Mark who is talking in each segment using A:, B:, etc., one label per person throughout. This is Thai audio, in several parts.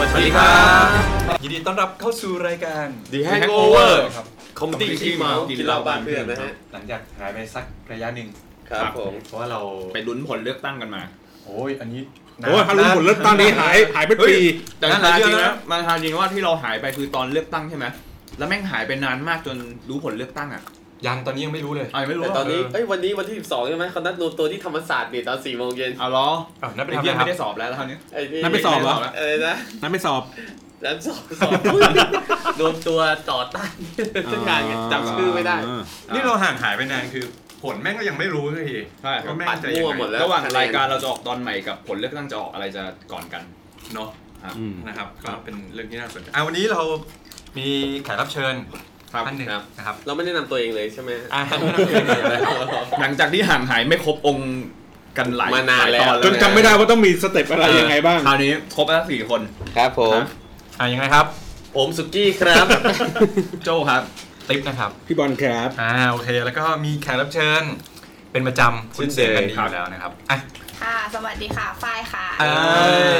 A: วัสดีครับ
B: ยินดีต้อนรับเข้าสู่รายการ
A: ดีแฮงโอเวอร์
B: ครับ
A: คอมตี้ที่เมากินเหล้าบ้านเพื่อนนะฮะ
B: หลังจากหายไปสักระยะหนึ่ง
A: ครับผม
B: เพราะว่าเรา
A: ไปลุ้นผลเลือกตั้งกันมา
B: โอ้ยอันนี้นน
C: โอ้ยถ้ารู้ผลเลือกตั้งนี้หายหายเป็น
A: เฮ้ย
C: ปี
A: แต่
B: นั่นห
A: ทา
B: ลาย
A: จริ
B: เรื่องง
A: นะ
B: นะ
A: มันทาจริงว่าที่เราหายไปคือตอนเลือกตั้งใช่ไหมแล้วแม่งหายไปนานมากจนรู้ผลเลือกตั้งอ่ะ
B: ยังตอนนี้ยังไม่รู้เลย
A: เอายังไม่รู้
D: แต่ตอนนี้
A: เ
D: เอ้ย วันนี้วันที่ 12 ใช่ไหมเขานัดรวมตัวที่ธรรมศาสตร์นี่ตอน4โมงเย็น
A: เอาล้อ
B: อ้าวนั่นเป็น
A: ไอ้
B: ทำอะไร
A: เพี้ยไม่ได้สอบแล้วแล้วคราวนี้
D: ไอ้พี่
C: นั่นไปสอบเหรอ
D: อะไรนะ
C: นั้นไม่สอบ
D: นัดสอบสอบอุ๊ยรวมตัวต่อต้านทุกอย่างไงจำชื่อไม่ได้
B: นี่เราห่างหายไปนานคือ ผลแม่งก็ยังไม่รู้สักที
A: ใช่ครับ
B: ว่าแม่ง
D: ปัด
B: จะยั
D: มั่ว
B: ง
D: หมด
B: ไง
D: แล้ว
A: ระหว่างรายการเราจะออกตอนใหม่กับผลเลือกตั้งจะออกอะไรจะก่อนกัน
B: เนาะ
C: อืม
B: นะครับก็เป็นเรื่องที่น่าสนใจอ่ะวันนี้เรามีแขกรับเชิญ
A: ครับ
B: ท่านหนึ่งนะครับ
D: เราไม่ได้นำตัวเองเลยใช่ไหม
B: อ่ะ ไม่น่าเชื่อเลยนะ
A: หลังจากที่ห่างหายไม่ครบองค์กันหลาย
D: มานานแล้ว
A: หยตอ
C: จนจำไม่ได้ว่าต้องมีสเต็ปอะไรยังไงบ้าง
A: คราวนี้ครบแล้วสี่คน
D: ครับผม
A: ฮะ
B: อ่ะยังไงครับ
D: ผมสุกี้ครับ
A: โจครับ
B: ติ๊บนะครับ
C: พี่บอลครับ
B: อ่าโอเคแล้วก็มีแขกรับเชิญ เป็นประจำคุ้นเสียงกันดีอยู่แล้วนะครับอ่ะ
E: ค่ะ สวัสดีค่ะฝ้ายค่ะ
B: เอ้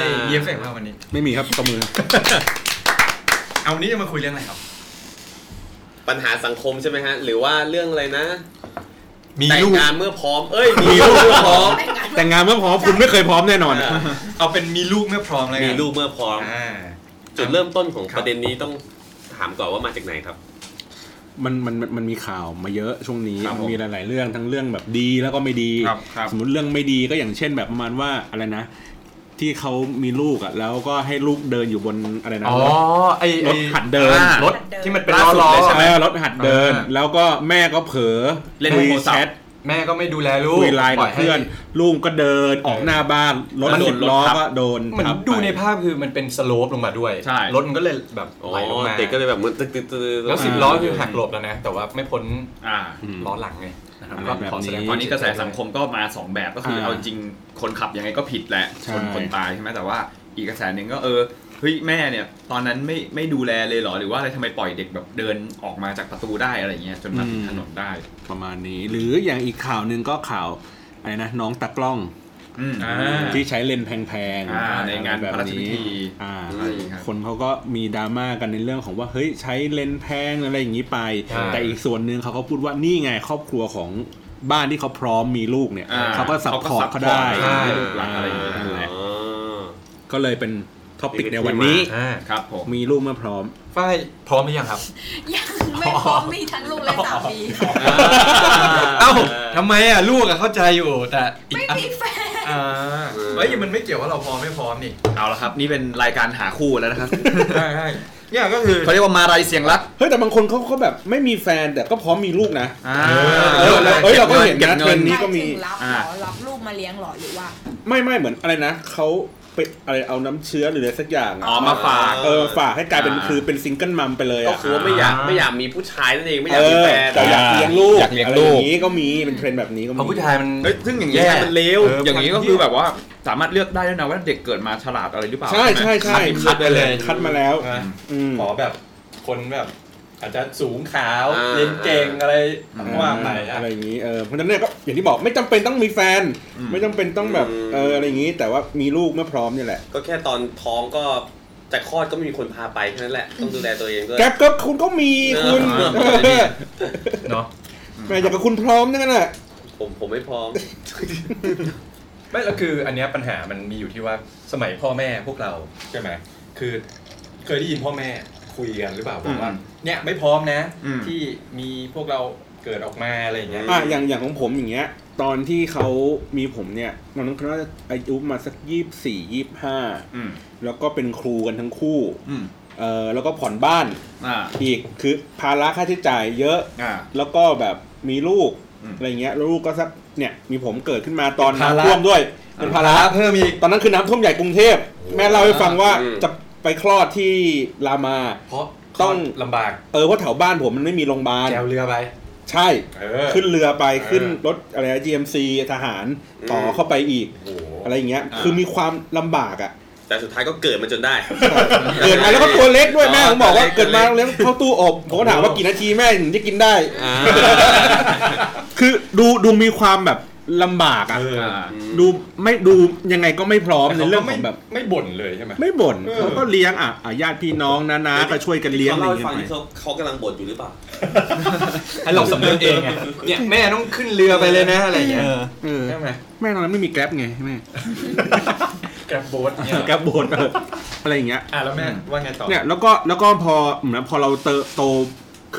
B: ยเยี่ยมเสียงมากวันนี้
C: ไม่มีครับตบมือ
B: เอาวันนี้จะมาคุยเรื่องอะไรครับ
D: ปัญหาสังคมใช่ไหมฮะ หรือว่าเรื่องอะไรนะ
B: มี
D: แต่ง
B: ลูก
D: งานเมื่อพร้อม เอ้ย มีลูกเมื่อพร้อม
C: แต่งงานเมื่อพร้อมคุณไม่เคยพร้อมแน่นอน
B: เอาเป็นมีลูกเมื่อพร้อมเลย
D: มีลูกเมื่อพร้อม
B: อ่า
D: จุดเริ่มต้นของ
B: ครับ
D: ประเด็นนี้ต้องถามก่อนว่ามาจากไหนครับ
C: มันมันมันมันมีข่าวมาเยอะช่วงนี้
A: ครับผม
C: มันมีหลาย ๆ เรื่องทั้งเรื่องแบบดีแล้วก็ไม่ดี
A: ครับครับ
C: สมมติเรื่องไม่ดีก็อย่างเช่นแบบประมาณว่าอะไรนะ ที่เขามีลูกอ่ะแล้วก็ให้ลูกเดินอยู่บนอะไรนะ
B: อ๋อไอไอ้
C: รถหัดเดิน
B: อ่ารร
E: ถ
B: ถ
E: หัดเดิน
B: ที่มันเป็น
A: ล่า
B: ล้อล้
A: สุด
B: อ
A: เลยใช่
B: ใช่
A: ไห
B: ไห
A: ม
B: ม
C: เออรถหัดเดิน
B: อ่า
C: แล้วก็แม่ก็เผลอ
A: เล่น
C: คุย
A: โทรศัพท์
C: แชท
B: แม่ก็ไม่ดูแลลูก
C: คุยไลน์กับเพื่อนลูกก็เดินออกหน้าบ้านรถ
A: มันโด
C: สิ
A: น
C: บล้อ
A: รถทับ
C: ก็โดน
B: มัน
C: ทับ
B: ดู
C: ไป
B: ในภาพคือมันเป็นสโลปลงมาด้วย
A: ใช่
B: รถมันก็เลยแบบ
D: อ๋อ
B: ไหลลงมา
D: เด็กก็เลยแบบมันตึ๊ดตึ๊ดตึ๊ดตึ๊ด
B: แล้วสิบล้อคือหักหลบแล้วนะ แต่ว่าไม่พ้น
A: อ่า
C: อืม
B: ล้อหลังไงนะครับ
C: อะไร
B: ก็
C: แบบ
B: ขอแสดง
C: นี้
A: ต
B: ค
A: อ
B: วาน ม
A: นี้
B: เสียใจ
A: กระแสสังคมก็มาสองแบบก็คือ
C: อ่า
A: เอาจริงคนขับยังไงก็ผิดแหละ
C: ใช่
A: ชนคนตายใช่ไหมแต่ว่าอีกกระแสหนึ่งก็เออเฮ้ยแม่เนี่ยตอนนั้นไม่ไม่ดูแลเลยเหรอหรือว่าอะไรทำไมปล่อยเด็กแบบเดินออกมาจากประตูได้อะไรเงี้ยจนมาถึงถนนได้
C: ประมาณนี้ หรืออย่างอีกข่าวหนึ่งก็ข่าวอะไรนะน้องตากล้อง
A: อืม
B: อ่า
C: ที่ใช้เลนส์แพง
A: อ่าในงาน
C: แบบ
A: พระราชพิ
C: นี้
A: ธี
C: อ่า
A: อะไรอย่างเงี้ยครับ
C: คนเขาก็มีดราม่ากันในเรื่องของว่าเฮ้ยใช้เลนส์แพงอะไรอย่างนี้ไป
B: ใช่
C: แต่อีกส่วนหนึ่งเขาก็พูดว่านี่ไงครอบครัวของบ้านที่เขาพร้อมมีลูกเนี่ย
A: อ่า
C: เขาก็ซัพพอร์ตเขาได้
A: เขาก็ support ให้ลูกหลานอะไรอย่างเงี้ย
C: อ่า
A: นั่นแหละ
D: อ๋อ
C: ก็เลยเป็นท็อปิกในวันนี้
B: อ่า
A: ครับผม
C: มีลูกเมื่อพร้อม
B: ฝ้ายพร้อมหรือยังครับ
E: ยังไม่พร้อมมีทั้งลูกและสามี
B: เอ้าทำไมอ่ะลูกอะเข้าใจอยู่แต่อีก
E: ไม่
B: อัน
E: มีแฟน
B: อ่าเฮ้ยมันไม่เกี่ยวว่าเราพร้อมไม่พร้อมนี่
A: เอาละครับ นี่เป็นรายการหาคู่แล้วนะครับ
B: ใช่ใช่เนี่ยก็คือ
A: เขาเรียกว่ามาลายเสียงรัก
C: เฮ้ยแต่บางคนเขาก็แบบไม่มีแฟนแต่ก็พร้อมมีลูกนะ
A: อ่า
B: เออแล้ว
C: เอ้ยเราก็เห็นนะ
A: ก็บ
C: เทร
A: เงิ
C: น
A: น
C: ด์ นี่ก็มี
E: หมายถึงรับเหรอรับลูกมาเลี้ยงเหรอหรือว่า
C: ไม่ไม่เหมือนอะไรนะเขาไปอะไรเอาน้ำเชื้อหรืออะไรสักอย่างะ
A: อ๋อมาฝาก
C: เออฝากให้กลายเป็น
A: อ่า
C: คือเป็นซิงเกิลมัมไปเลย
D: ก็
C: อ่ะ
D: คือว่าไม่อยากไม่อยากมีผู้ชายนั่นเองไม่อยากมี
C: เออ
D: แฟน
C: แต่อยากเลี้ยงลูก
A: อยากเลี้ยงลูก
C: อะไรอย่างนี้ก็มีเป็นเทรนด์แบบนี้ก็
B: เพ
C: มี
B: ราะผู้ชายมัน
A: เฮ้ยซึ่งอย่างนี้ย
B: แย่
A: มันเลว
B: เอออ
A: อย่างนี้ก็คือแบบว่าสามารถเลือกได้ด้วยนะว่าเด็กเกิดมาฉลาดอะไรหรือเปล่า
C: ใช่ใช่ใช่
A: ไหม
B: คัดไปเลย
C: คัดมาแล้วอืม
B: ขอแบบคนแบบอาจจะสูงขาว
D: า
B: เล่นเก่งอะไรว่าไปอ่ะ
C: อะไรอย่างนี้เออเพราะฉะนั้นเนี่ยก็อย่างที่บอกไม่จำเป็นต้องมีแฟน ไม่จำเป็นต้องแบบเอออะไรอย่างนี้ แต่ว่ามีลูกเมื่อพร้อมเนี่ยแหละ
D: ก็แค่ตอนท้องก็จะคลอดก็ไม่มีคนพาไปแค่นั้นแหละต้องดูแลตัวเองด้วย
C: แก๊ปก็คุณก็มี
D: เออ
C: คุณ
D: เออเนี่ย
B: เนาะ
C: แม่อยากกับคุณพร้อมนั่นแหละ
D: ผมผมไม่พร้อม
B: ไม่แล้วคืออันเนี้ยปัญหามันมีอยู่ที่ว่าสมัยพ่อแม่พวกเราใช่ไหมคือเคยได้ยินพ่อแม่คุยกันหรือเปล่าบอกว่าเนี่ยไม่พร้อมนะ
A: อืม
B: ที่มีพวกเราเกิดออกมาอะไรอย่างเงี้ย
C: อ่ะอย่างอย่างของผมอย่างเงี้ย ตอนที่เขามีผมเนี่ยตอนนั้นเขาน่าจะอายุประมาณสักยี่สี่ยี่ห้า
A: อืม
C: แล้วก็เป็นครูกันทั้งคู่
A: อืม
C: เออแล้วก็ผ่อนบ้าน
A: อ่า
C: อีกคือภาระค่าใช้จ่ายเยอะ
A: อ่า
C: แล้วก็แบบมีลูก
A: อืม
C: อะไรเงี้ยแล้วลูกก็สักเนี่ยมีผมเกิดขึ้นมาตอน
B: เป็นภาระ
C: น้ำท่วมด้วยเป็นภาระ
B: เพิ่มอีก
C: ตอนนั้นคือน้ำท่วมใหญ่กรุงเทพแม่เล่าให้ฟังว่า
D: อืม
C: จะไปคลอดที่รามา
B: เพราะ
C: ต้อง
B: ลำบาก
C: เออเพราะแถวบ้านผมมันไม่มีโรงพยาบาล
B: แกวเรือไป
C: ใช่
B: เออ
C: ขึ้นเรือไป
B: เออ
C: ขึ้นรถอะไรนะ GMC ทหารต่อ
D: ม
C: เข้าไปอีก
B: โอ้โห
C: อะไรอย่างเงี้ย
A: อ่า
C: คือมีความลำบากอ่ะ
D: แต่สุดท้ายก็เกิดมาจนได้
C: เกิดมาแล้วก็ตัวเล็กด้วย
D: อ๋อ
C: แม่ผมบอกว่า
D: ตัว
C: เกิด
D: เล็
C: มาก เลี้ยงเข้าตู้อบผมก็ถามว่ากี่นาทีแม่ถึงจะกินได้
D: อ่า
C: คือดูดูมีความแบบ ลำบากอ่ะ
B: เออ
A: อ่า
C: ดูไม่ดูยังไงก็ไม่พร้อมใน
B: แต่
C: เรื่
B: เรื่
C: อ
B: อง
C: งข
B: ไม่
C: องแบบ
B: ไม่บ่นเลยใช่ไหม
C: ไม่บ่น
B: เออ
C: เขาก็เลี้ยงอ่ะอ่ะญาติพี่น้องนะนะก็ช่วยกันเลี้ยง
F: เขา
C: อะไร
F: เล่าให้
C: อย่าง
F: ฟัง
C: เงี้
F: ที่
C: ย
F: เขาเขากำลังบ่นอยู่หรือเปล่า
B: ให้เราสำเร็จเองไงเนี่ยแม่ต้องขึ้นเรือไปเลยนะอะไรอย่างเงี้ย
C: เออ
B: ใช่ไหม
C: แม่ตอนนั้นไม่มีแกร็บไงแม่
B: แกร็บโบ๊ทเนี่ย
C: แกร็บบ่นเอออะไรอย่างเงี้ย
B: อ่ะแล้วแม่ว่าไงต่อ
C: เนี่ยแล้วก็แล้วก็พอเหมือนพอเราเติบโต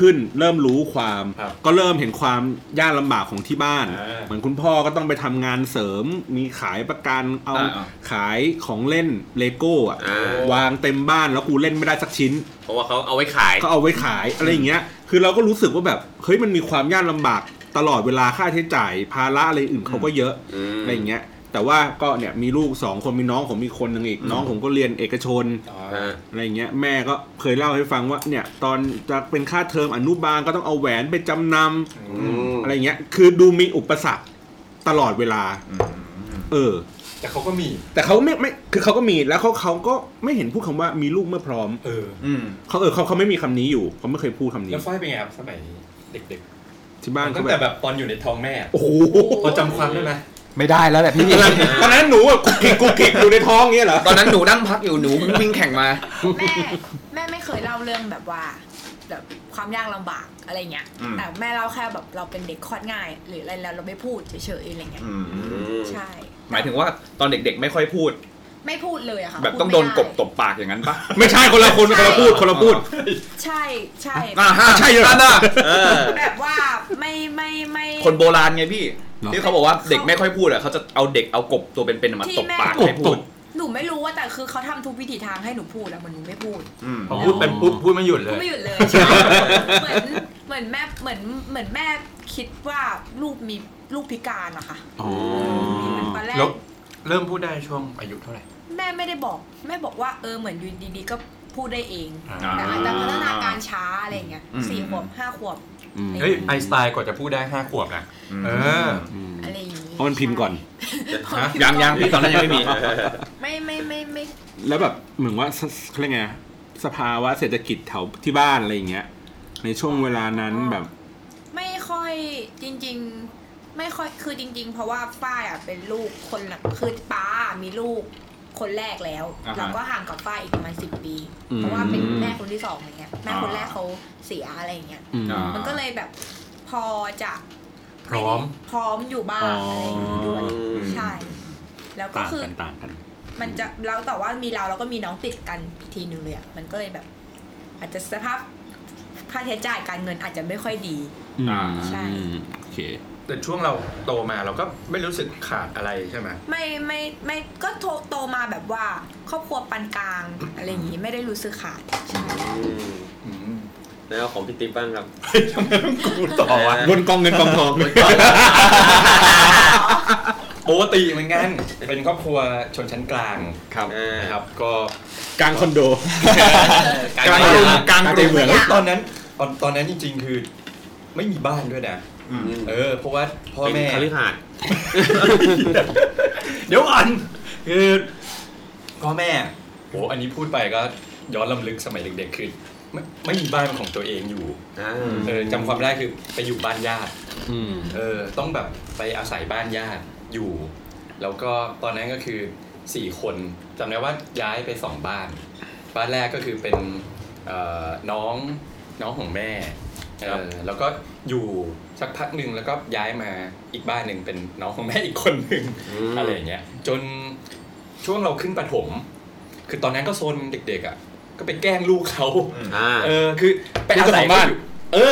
C: ขึ้นเริ่มรู้ความ
B: ครับ
C: ก็เริ่มเห็นความยากลำบากของที่บ้าน
B: อ่า
C: เหมือนคุณพ่อก็ต้องไปทำงานเสริม มีขายประกันเอา
A: อ่าอ่า
C: ขายของเล่นเลโก้อะ
D: อ่า
C: วางเต็มบ้านแล้วกูเล่นไม่ได้สักชิ้น
D: เพราะว่าเขาเอาไว้ขาย
C: ก็เอาไว้ขายอะไรอย่างเงี้ย คือเราก็รู้สึกว่าแบบเฮ้ยมันมีความยากลำบากตลอดเวลาค่าใช้จ่ายภาระอะไรอื่นเขาก็เยอะ
F: อืม
C: อะไรอย่างเงี้ย แต่ว่าก็เนี่ยมีลูกสองคนมีน้องผมมีคนหนึ่งอีกน้องผมก็เรียนเอกชน
B: อ่า
C: อะไรอย่างเงี้ยแม่ก็เคยเล่าให้ฟังว่าเนี่ยตอนจะเป็นค่าเทอมอนุบาลก็ต้องเอาแหวนไปจำน
F: อืม
C: ำอะไรอย่างเงี้ยคือดูมีอุปสรรคตลอดเวลา เออ
B: แต่เขาก็มี
C: แต่เขาไม่ไม่คือเขาก็มีแล้วเขาเขาก็ไม่เห็นพูดคำว่ามีลูกเมื่อพร้อม
B: เออ
A: อืม
C: เขาเออเขาเขาไม่มีคำนี้อยู่เขาไม่เคยพูดคำนี้
B: แล้วฝ้ายเป็นไงครับสมัยเด็ก
C: ที่
B: ๆ
C: บ้าน
B: ตั้ง
C: เขาแบ
B: แต่
C: บ
B: แบบตอนอยู่ในท้องแม่
C: โอ้โห
B: พอจำความได้ไหม
A: ไม่ได้แล้วแหละพี่
C: ตอนนั้นตอนนั้นหนูอะกุกกิกกุกกิกอยู่ในท้องเงี้ยเหรอ
A: ตอนนั้นหนูนั่งพักอยู่หนูเพิ่งวิ่งแข่งมา
E: แม่ แม่ไม่เคยเล่าเรื่องแบบว่าแบบความยากลำบากอะไรเงี้ย
A: อืม
E: แต่แม่เล่าแค่แบบเราเป็นเด็กคลอดง่าย หรืออะไรแล้วเราไม่พูดเฉยๆอะไรเงี้ย ใช่
A: หมายถึงว่าตอนเด็กๆไม่ค่อยพูด
E: ไม่พูดเลยอะค่ะ
A: แบบ
E: พู
A: ต้องโดนกบ
E: ไม่ไ
A: ตบปากอย่างนั้นปะ
C: ไม่ใช่คนละคนคนละพูดคนละพูด
E: ใช่ใช่
A: อ่าฮะ
C: ใช่เหรอ
A: นั่นน่ะ
E: แบบว่าไม่ไม่ไม่
A: คนโบราณไงพี่
C: เนอะ
A: ที่เขาบอกว่าเด็กไม่ค่อยพูดอ่ะเขาจะเอาเด็กเอากบตัวเป็นๆมา
E: ที่
A: ตบ
E: แม่
A: ปากให้พูด
E: หนูไม่รู้ว่าแต่คือเขาทำทุกวิถีทางให้หนูพูดแล้วเหมือนหนูไม่พูด
A: อืม
B: พอพูดเป็นปุ๊บพูดไม่หยุดเล
E: พูด
B: ย
E: ไม่หยุดเลยใช่เหมือนเหมือนแม่เหมือนเหมือนแม่คิดว่าลูกมีลูกพิการอะค่ะ
C: อ๋อ
E: ตอนแร
B: แล้ว
E: ก
B: เริ่มพูดได้ช่วงอายุเท่าไหร่
E: แม่ไม่ได้บอก แม่บอกว่าเออเหมือนอยู่ดีๆก็พูดได้เอง
B: อ่า
E: แต่อาจจะพัฒนาการช้าอะไรอย่างเงี้ย
A: อืม
E: สี่ขวบห้าขวบ
C: อืม
B: เฮ้ยไอน์สไตล์กว่าจะพูดได้ห้าขวบนะ
A: ม
B: เออ
C: อืม
E: อะไรอย่างงี้
C: เพราะมันพิมพ์ก่อน
E: ฮะ
A: ยังยังพี่ตอนนั้นยังไม่มี
E: ไม่ไม่ไม่ไม่
C: แล้วแบบเหมือนว่าสเขาเรียกไงสภาวะเศรษฐกิจแถวที่บ้านอะไรอย่างเงี้ย ในช่วงเวลานั้นแบบ
E: ไม่ค่อยจริง ๆ ไม่ค่อยคือจริง ๆ เพราะว่าฝ้ายอะเป็นลูกคนหลังคือป้ามีลูกคนแรกแล้ว
A: อ่าฮะ
E: เราก็ห่างกับฝ้ายอีกประมาณสิบปี เพราะว่าเป็นแม่คนที่สองอะไรเงี้ยแม่คนแรกเขาเสียอะไรเงี้ย
C: อืม
A: อ่า
E: มันก็เลยแบบพอจะ
B: พร้อม
E: พร้อมอยู่บ้างอะไรอย่างงี้ด้วย
C: อ๋
F: อ
E: ใช่ แล้วก็
C: ต่าง
E: คือ
C: กันต่างกัน
E: มันจะแล้วแต่ว่ามีเราแล้วก็มีน้องติดกันอีกทีหนึ่งเลยอ่ะมันก็เลยแบบ อาจจะสภาพค่าใช้จ่ายการเงินอาจจะไม่ค่อยดี
A: อ่า
E: ใช่
C: อืมโอเค
B: แต่ช่วงเราโตมาเราก็ไม่รู้สึกขาดอะไรใช่ไหม
E: ไม่ไม่ไม่ก็โตโตมาแบบว่า ครอบครัวปานกลางอะไรอย่างงี้ไม่ได้รู้สึกขาดใช่
F: อืมแล้วของพี่ติ๊บบ้างครับ
B: ทำไมต้องกูต่อวะ
C: บนกองเงินกองทอง
B: ปกติเหมือนกัน เป็นครอบครัวชนชั้นกลาง
A: ครับ
F: อ่า
B: นะครับ ก็
C: กลางคอนโด
A: กลางกรุงกลางกรุง
C: เหมือน
B: ตอนนั้นตอนตอนนั้นจริง ๆ คือไม่มีบ้านด้วยนะ เออ เพราะว่าพ่อ
F: เป็น
B: แม่
F: คฤหาสน์
B: เดี๋ยวก่อนคือพ่อแม่โหอันนี้พูดไปก็ย้อนลำลึกสมัยเด็กๆคือไม่ไม่มีบ้านของตัวเองอยู่ เออจำความได้คือไปอยู่บ้านญาติ
C: อืม
B: เออต้องแบบไปอาศัยบ้านญาติอยู่ แล้วก็ตอนนั้นก็คือ 4 คนจำได้ว่าย้ายไป 2 บ้าน บ้านแรกก็คือเป็นเอ่อน้องน้องของแม่เอ
F: ครับ
B: อแล้วก็อยู่สักพักหนึ่งแล้วก็ย้ายมาอีกบ้านหนึ่งเป็นน้องของแม่อีกคนหนึ่งอะไรอย่างเงี้ยจนช่วงเราขึ้นประถม คือตอนนั้นก็โซนเด็กๆอ่ะก็ไปแกล้งลูกเขา
F: อ่า
B: เออคือไปอาศัย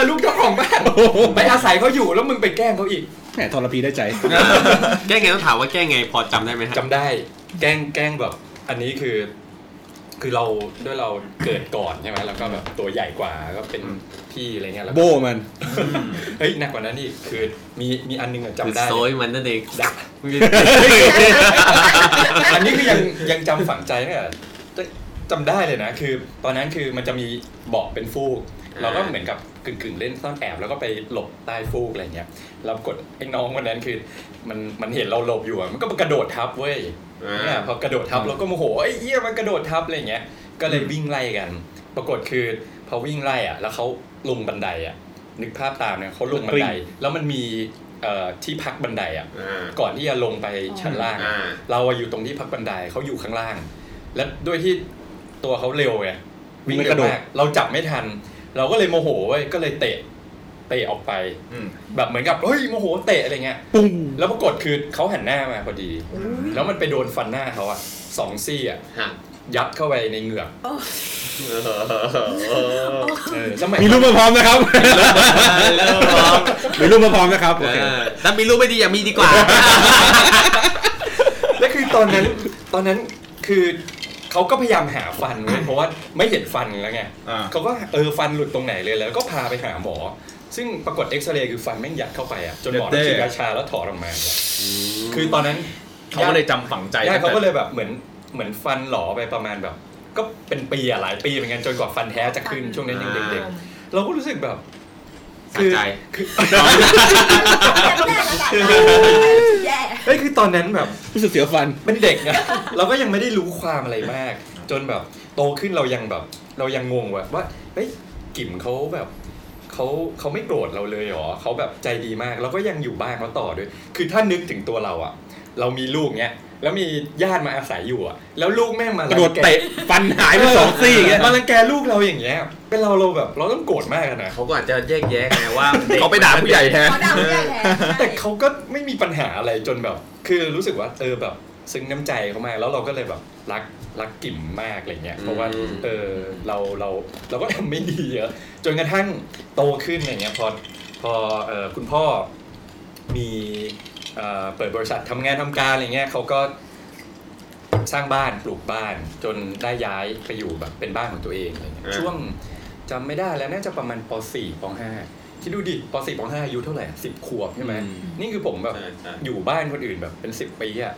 C: ลูกเจ้าของบ้าน
B: เขอยู่เออลูกเจ้าของบ้านไปอาศัยเขาอยู่แล้วมึงไปแกล้งเขาอีก
C: แหมทรพีได้ใจ
F: แก้ไงต้องถามว่าแก้ไงพอจำได้ไหมฮะ
B: จำได้แกล้งแกล้งแบบ อันนี้คือ คือเราด้วยเราเกิดก่อนใช่ไหมแล้วก็แบบตัวใหญ่กว่าก็เป็นพี่อะไรเงี้ยแล้ว
C: โบ
B: ก็
C: มัน
B: เฮ้ยหนักกว่านั้นอีกคือมีมีอันนึงอะจำได้
D: โซยมันนั่นเอง
B: ดักอันนี้คือยังยังจำฝังใจเนี่ยจำได้เลยนะ คือ ตอนนั้นคือมันจะมีเบาะเป็นฟูก เราก็เหมือนกับกึ่งๆเล่นซ่อนแอบแล้วก็ไปหลบใต้ฟูกอะไรเงี้ยเรากดไอ้น้องวันนั้นคือมันมันเห็นเราหลบอยู่อะมันก็มากระโดดทับเว้ย
F: อ่า
B: เนี่ยพอกระโดดทับเราก็โมโหไอ้เหี้ยมันกระโดดทับอะไรเงี้ยก็เลยวิ่งไล่กัน ปรากฏคือพอวิ่งไล่อ่ะแล้วเขาลงบันไดอ่ะนึกภาพตามเนี่ยเขาลงบันไดแล้วมันมี เอ่อที่พักบันไดอ่ะ
F: อ่า
B: ก่อนที่จะลงไปชั้นล่างอะ
F: อ่า
B: เราอะอยู่ตรงที่พักบันไดเขาอยู่ข้างล่าง และด้วยที่ตัวเขาเร็วไงวิ่ง
C: ไม่ก
B: เร็ว
C: ระโดด
B: มากเราจับไม่ทัน เราก็เลยโมโหเว้ยก็เลยเตะเตะออกไป
A: อืม
B: แบบเหมือนกับเฮ้ยโมโหเตะอะไรเงี้ย
C: ปุ้ง
B: แล้วปรากฏคือเขาหันหน้ามาพอดี แล้วมันไปโดนฟันหน้าเขาอะสองซี่อะ
F: ฮะ
B: ยัดเข้าไปในเหงือก
E: โอ้
B: เออสมัย
C: มีรูปมาพร้อมนะครับ
F: แล้วพร้อม
C: มีรูปมาพร้อมนะครับโอเค
F: เออถ้ามีรูปไม่ดีอย่ามีดีกว่า
B: และคือตอนนั้นตอนนั้นคือเขาก็พยายามหาฟันเว้ยเพราะว่าไม่เห็นฟันแล้วไง
A: อ่า
B: เขาก็เออฟันหลุดตรงไหนเลยแล้วก็พาไปหาหมอ ซึ่งปรากฏเอ็กซเรย์คือฟันแม่งยัดเข้าไปอะจนหมอต้องฉีดยาชาแล้วถอดออกมาเนี่ยคือตอนนั้น
A: เขาก็เลยจำฝังใจ
B: ใช่เขาก็เลยแบบเหมือนเหมือนฟันหลอไปประมาณแบบ ก็เป็นปีอะหลายปีเหมือนกันจนกว่าฟันแท้จะขึ้นช่วงนั้นยังเด็ก
F: อ่
B: ๆเราก็รู้สึกแบบ
F: สะใจ
B: คือ
E: แย่
B: เฮ้ยคือตอนนั้นแบบ
C: รู้สึกเสียวฟัน
B: เป็นเด็กนะ เราก็ยังไม่ได้รู้ความอะไรมาก จนแบบโตขึ้นเรายังแบบ เรายังงงว่าว่าเฮ้ยกิ่มเขาแบบเขาเขาไม่โกรธเราเลยเหรอเขาแบบใจดีมากแล้วก็ยังอยู่บ้านเขาต่อด้วย คือถ้านึกถึงตัวเราอะเรามีลูกเนี้ยแล้วมีญาติมาอาศัยอยู่อะแล้วลูกแม่งมาก รั
C: ระโดด
B: งแ
C: เตะฟันหายไปสองซี่อย่างเงี้ย
B: มารังแกลูกเราอย่างเงี้ย เป็นเราเราแบบเราต้องโกรธมากอะนะ
D: เขาก็อาจจะแยกแยะไงว่าด็ก
A: เขาไปด่าผู้ใหญ่แทน
E: เขาด่าผู้ใหญ่แทน
B: แต่เขาก็ไม่มีปัญหาอะไรจนแบบ คือรู้สึกว่าเออแบบซึ้งน้ำใจเขามากแล้วเราก็เลยแบบรักรักกิ่มมากอะไรเงี้ย เพราะว่า
F: อืม
B: เออเราเราเราก็ทำไม่ดีเยอะจนกระทั่งโตขึ้นอะไรเงี้ยพอพอเออคุณพ่อมีเอ่อเปิดบริษัททำงานทำการอะไรเงี้ยเขาก็สร้างบ้านปลูกบ้าน จนได้ย้ายไปอยู่แบบเป็นบ้านของตัวเองอะไรเงี้ย
F: อ่า
B: ช่วงจำไม่ได้แล้วน่าจะประมาณป .4 ป .5 ที่ดูดิป .4 ป .5 อายุเท่าไหร่สิบขวบใช่ไหม
C: อืม
B: นี่คือผมแบบ
F: ใช่ใช่
B: อยู่บ้านคนอื่นแบบเป็นสิบปีอ่ะ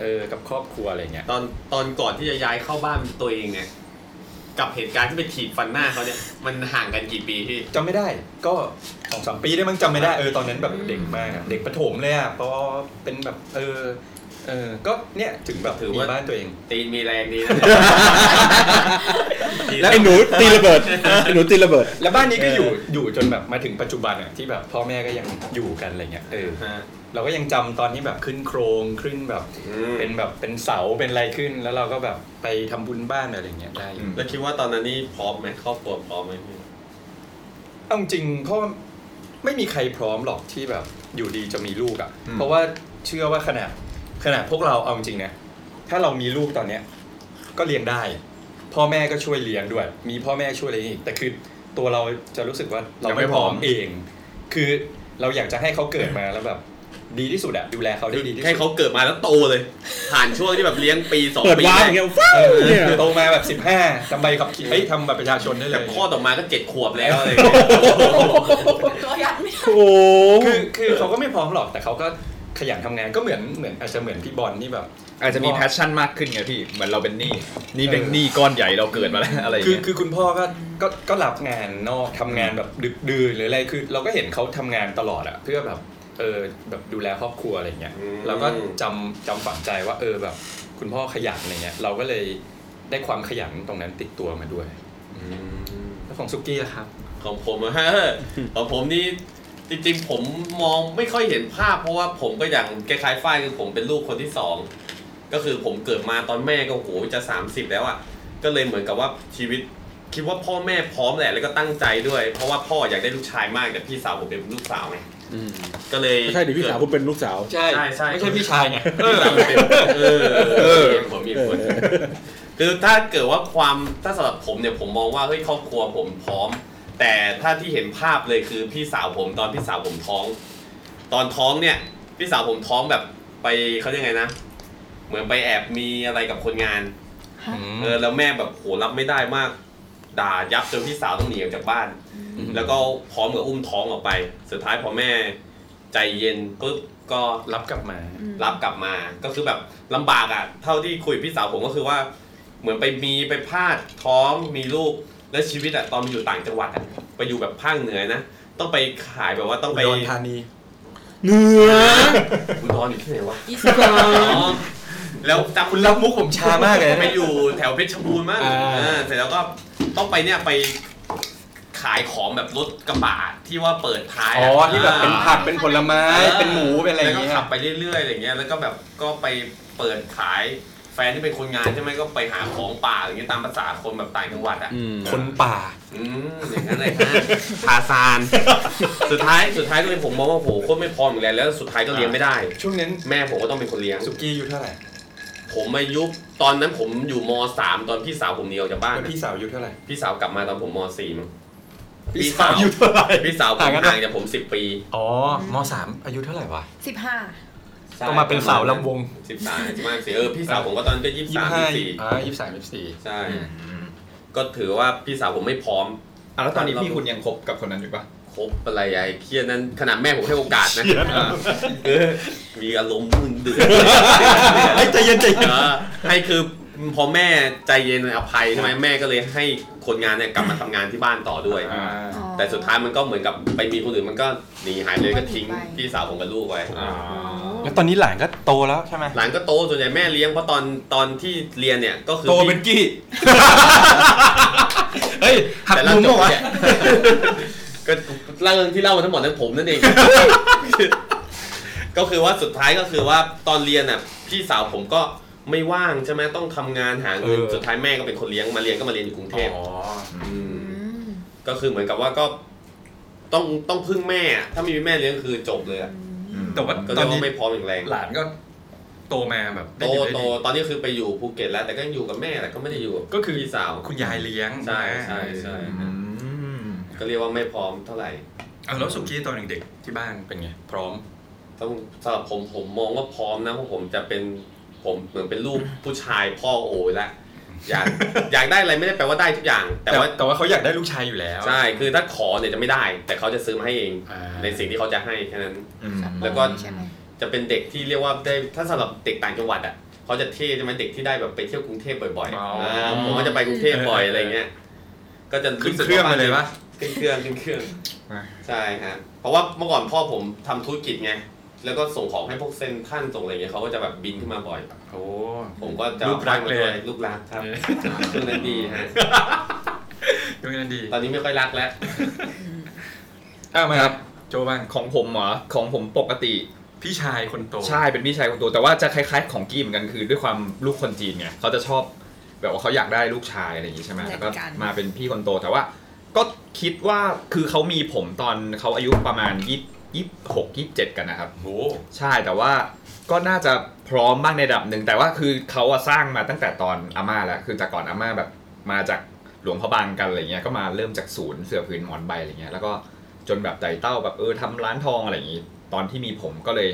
B: เออกับครอบครัวอะไรเงี้ย
F: ตอนตอนก่อนที่จะย้ายเข้าบ้านตัวเองเนี่ย กับเหตุการณ์ที่ไปถีบฟันหน้าเขาเนี่ย มันห่างกันกี่ปีพี่
B: จำไม่ได้ก็สองสามปีได้มั้งจำไม่ได้เออตอนนั้นแบบเด็กมากอะเด็กประถมเลยอ่ะเพราะเป็นแบบเออเออก็เนี่ยถึงแบบ
F: ถือ
B: มี
F: ว่า
B: บ้านตัวเอง
F: ตีนมีแรงดีนะ
C: แล้วไอ้หนูตีระเบิด ไอ้หนูตีระเบิด
B: แล้วบ้านนี้ก็อยู่อยู่จนแบบมาถึงปัจจุบันอ่ะที่แบบพ่อแม่ก็ยังอยู่กันอะไรเงี้ยเออ
F: ฮะ
B: เราก็ยังจำตอนที่แบบขึ้นโครงขึ้นแบบ
F: อืม
B: เป็นแบบเป็นเสาเป็นอะไรขึ้น แล้วเราก็แบบไปทำบุญบ้านอะไรเงี้ยได้อยู่
F: แล้วคิดว่าตอนนั้นนี่พร้อมไหมครอบครัวพร้อมไหมพี่
B: เอาจริงๆเพราะว่าไม่มีใครพร้อมหรอกที่แบบอยู่ดีจะมีลูกอะ่ะ
A: อืม
B: เพราะว่าเชื่อว่าขนาดขนาดพวกเราเอาจริงนะถ้าเรามีลูกตอนเนี้ย ก็เลี้ยงได้ พ่อแม่ก็ช่วยเลี้ยงด้วย มีพ่อแม่ช่วยอะไรอีกแต่คือตัวเราจะรู้สึกว่าเราไม่พร้อมเอง คือเราอยากจะให้เขาเกิดมาแล้วแบบ ดีที่สุดอะดูแลเขาได้ดีที่สุด
F: ให้เขาเกิดมาแล้วโตเลย ผ่านช่วงที่แบบเลี้ยงปีสอง
C: เปิด
F: ปี
C: วาร์ป
F: แร
C: อก ย่างเงี้ยฟ้าวเนี่ย
B: โตมาแบบ 15ทำใบขับขี่เอ้ยทำบัตรประชาชนได้เล
F: แบ
B: ย
F: บข้อต่อมาก็เจ็ดขวบแล้วอะไรอย่างเงี้ย
E: ตัวยัดไม่ได้
C: โอ้โห
B: คือคือเขาก็ไม่พร้อมหรอกแต่เขาก็ขยันทำงานก็เหมือนเหมือนอาจจะเหมือนพี่บอลที่แบบ
A: อาจจะมีแพชชั่นมากขึ้นไงพี่ เหมือนเราเป็นหนี้นี่เป็นหนี้ก้อนใหญ่เราเกิดมาแล้วอะไรอย่าง
B: คือ
A: เงี้ย
B: คือคุณพ่อก็ก็ก็รับงานนอกทำงานแบบดึกดื่นหรืออะไรคือ เราก็เห็นเขาทำงานตลอดอะเพื่อแบบเออแบบดูแลครอบครัวอะไรเงี้ย
F: อืม
B: เราก็จำจำฝังใจว่าเออแบบ คุณพ่อขยันอะไรเงี้ยเราก็เลยได้ความขยันตรงนั้นติดตัวมาด้วย
F: อืม
B: แล้วของซุกี้ล่ะครับ
F: ของผมอะฮะ ของผมนี่จริงๆ ผมมองไม่ค่อยเห็นภาพ เพราะว่าผมก็อย่างคล้ายๆฝ้ายคือผมเป็นลูกคนที่สองก็คือผมเกิดมาตอนแม่ก็โอ้โหจะ 30 แล้วอะก็เลยเหมือนกับว่าชีวิตคิดว่าพ่อแม่พร้อมแหละแล้วก็ตั้งใจด้วย เพราะว่าพ่ออยากได้ลูกชายมากแต่พี่สาวผมเป็นลูกสาวไงก็เลย
C: ใช่ดิพี่สาวคุณเป็นลูกสาว
B: ใช่
F: ใช่ใช่
B: ไม่ใช่พี่ชายไง
F: เออเออเออผมมีคนคือถ้าเกิดว่าความถ้าสำหรับผมเนี่ยผมมองว่าเฮ้ยครอบครัวผมพร้อม แต่ถ้าที่เห็นภาพเลยคือพี่สาวผมตอนพี่สาวผมท้อง ตอนท้องเนี่ย พี่สาวผมท้องแบบไปเขาเรียกไงนะ เหมือนไปแอบมีอะไรกับคนงาน เออแล้วแม่แบบโหรับไม่ได้มาก ด่ายับจนพี่สาวต้องหนีออกจากบ้าน
B: ม
F: แล้วก็พร้อมกับอุ้มท้องออกไป สุดท้ายพอแม่ใจเย็นปุ๊บก็
B: รับกลับมา
F: รับกลับมาก็คือแบบลำบากอะ่ะ เท่าที่คุยกับพี่สาวผมก็คือว่า เหมือนไปมีไปพลาดท้องมีลูกและชีวิตอะ่ะตอนมันอยู่ต่างจังหวัดอะไปอยู่แบบภาคเหนือนะ ต้องไปขายแบบว่าต้องไป
B: อุดรธานี
C: เนื้อ
F: อุดรอยู่ที่ไหนวะ
E: อีสปอร์ต
F: อ๋อแล้วจำ
B: คุณรับมุกผมช้ามากเลยนะ
F: ไปอยู่แถวเพชรบูรณ์มาก
B: อ่า
F: เออเสร็จแล้วก็ต้องไปเนี่ยไป ขายของแบบรถกระบะที่ว่าเปิดท้าย
B: อ๋อที่แบบเป็นผักเป็นผลไม้
F: อ่า
B: เป็นหมูเป็นอะไรอย่าง
F: แล้ว
B: เงี้
F: ก็
B: ย
F: ขับไปเรื่อยๆอะไรเงี้ยแล้วก็แบบก็ไปเปิดขายแฟนที่เป็นคนงานใช่ไหมก็ไปหาของป่าอย่างเงี้ยตามภาษาคนแบบต่างจังหวัดอ่ะ
B: คนป่า
F: อืมอย่างนั้นเลยฮ ะทาซาน สุดท้ายสุดท้ายก็เลยผมมองว่าโหโคตรไม่พร้อมอยู่แล้วแล้วสุดท้ายก็เลี้ยงไม่ได้
B: ช่วงนั้น
F: แม่ผมก็ต้องเป็นคนเลี้ยง
B: สุกี้อายู่เท่าไหร่
F: ผมอายุตอนนั้นผมอยู่ม .3 ตอนพี่สาวผมหนีออกจากบ้าน
B: แล้วพี่สาวอายุเท่าไหร่
F: พี่สาวกลับมาตอนผมม .4 มั้ง พี่
B: พี่
F: สา
B: สาว วอายุเท่าไหร่
F: พี่สาวผม
B: ต่างกัน
F: ห่าง
B: นะ
F: จากผม 10 ปี
B: อ๋อมสามอายุเท่าไหร่วะ
E: สิบห้า
B: ก็มาเป็นสาวลำวง
F: สิบสามสิบห้าสิเออพี่สาวผมก็ตอนนั้นก็ยี่สิบ
B: ยี่
F: สาม
B: ห้า
F: ยี่สิบสี่
B: อ่ายี่สามยี่สี่
F: ใช่ก็ถือว่าพี่สาวผมไม่พร้อม
A: อ่ะแล้วตอนนี้พี่คุณยังคบกับคนนั้นอยู่ปะ
F: ครบอะไรไอ้เครียดนั้นขนาดแม่ผมให้โอกาสนะอ่าเออมีอารมณ์มึนเดือด
B: ใจเย็นใจ
F: เออให้คือพอแม่ใจเย็นอภัยใช่ไหมแม่ก็เลยให้คนงานเนี่ยกลับมาทำงานที่บ้านต่อด้วย
A: อ่า
F: แต่สุดท้ายมันก็เหมือนกับไปมีคนอื่นมันก็หนีหายเลยก็ทิ้ง
E: ไป
F: พี่สาวผมกับลูกไว้
B: แล้วตอนนี้หลานก็โตแล้วใช่ไหม
F: หลานก็โตส่วนใหญ่แม่เลี้ยงเพราะตอนตอนที่เรียนเนี่ยก็คือ
B: โตเป็น กี้ เฮ้ยหัก
F: แต่
B: มุ
F: เล่าม จ
B: เหร
F: บ
B: อวะ
F: เนี่ยก็เรื่องที่เล่ามาทั้งหมดนั้นผม นั่นเอง ก็คือว่าสุดท้ายก็คือว่าตอนเรียนน่ะพี่สาวผมก็ไม่ว่างใช่ไหมต้องทำงานหาเงินสุดท้ายแม่ก็เป็นคนเลี้ยงมาเรียนก็มาเรียนอยู่กรุงเทพ
B: อ๋อ
F: ก็คือเหมือนกับว่าก็ต้องต้องพึ่งแม่อะถ้าไม่มีแม่เลี้ยงคือจบเลยอะ
B: แต่ว่า
F: ก็เรียกว่าไม่พร้อมอย่างแรง
B: หลานก็โตมาแบบ
F: โต
B: ได้ดีได้
F: โต
B: ดี
F: ตอนนี้คือไปอยู่ภูเก็ตแล้ว แต่ก็ยังอยู่กับแม่แต่ก็ไม่ได้อยู่
B: ก็คือ
F: พี่สาว
B: คุณยายเลี้ยง
F: ใช่ใช่ใช่ ก็เรียกว่าไม่พร้อมเท่าไหร่
B: เอาแล้วสุกี้ตอนเด็กๆที่บ้านเป็นไง พร้อม
F: ต้องสำหรับผมผมมองว่าพร้อมนะเพราะผมจะเป็นผมเหมือนเป็นลู กผู้ชายพ่อโอยละอยาก อยากได้อะไรไม่ได้แปลว่าได้ทุกอย่าง แต่
B: แต่ว่า
F: ว่า
B: แต่ว่าเขาอยากได้ลูกชายอยู่แล้ว
F: ใช่คือถ้าขอเนี่ยจะไม่ได้ แต่เขาจะซื้อมาให้เอง
B: อ่า
F: ในสิ่งที่เขาจะให้แค่นั้น
A: แล้
F: แล้ว ว
A: ก็
F: ก็
E: ใช่ไหม
F: จะเป็นเด็กที่เรียกว่าได้ถ้าสำหรับเด็กต่างจังหวัดอ่ะเขาจะเท่ใช่ไหมเด็กที่ได้แบบไปเที่ยวกรุงเทพบ่อยๆ
B: อ๋ออ่
F: าผมก็จะไปกรุงเทพบ่อยอะไรเงี้ยก็จะ
B: ขึ้น
F: สึก
B: เครื่อง
F: ว่า
B: มาเลยปะ
F: ขึ้นเครื่องขึ้นเครื่องใช่ฮะเพราะว่าเมื่อก่อนพ่อผมทำธุรกิจไงแล้วก็ส่งของให้พวกเซนท่านส่งอะไรเงี้ยเขาก็จะแบบบินขึ้นมาบ่อย
B: โอ้
F: ผมก็จะ
B: ลูกรักเลย
F: ลูกรักครับช่วงนั้นดีฮะ
B: ดูกันดี
F: ตอนนี้ไม่ค่อยรักแล้ว
B: อ้าวมาครับ โจบ้าง
A: ของผมเหรอของผมปกติ
B: พี่ชายคนโต
A: ใช่เป็นพี่ชายคนโตแต่ว่าจะคล้ายๆ ของกี้เหมือนกันคือด้วยความลูกคนจีนไงเขาจะชอบแบบว่าเขาอยากได้ลูกชายอะไรอย่างงี้ใช่ไหม
E: เหมือน
A: แล้
E: กัน
A: วก็มาเป็นพี่คนโตแต่ว่า ก็คิดว่าคือเขามีผมตอนเขาอายุประมาณยี่ยี่หกยี่เจ็ดกันนะครับ
B: โอ้
A: ใช่แต่ว่าก็น่าจะพร้อมบ้างในระดับหนึ่งแต่ว่าคือเขาอะสร้างมาตั้งแต่ตอนอาม่าแล้วคือแต่ก่อนอาม่าแบบมาจากหลวงพระบางกันอะไรเงี้ยก็มาเริ่มจากศูนย์เสือผืนหมอนใบอะไรเงี้ยแล้วก็จนแบบไต่เต้าแบบเออทำร้านทองอะไรอย่างงี้ตอนที่มีผมก็เลย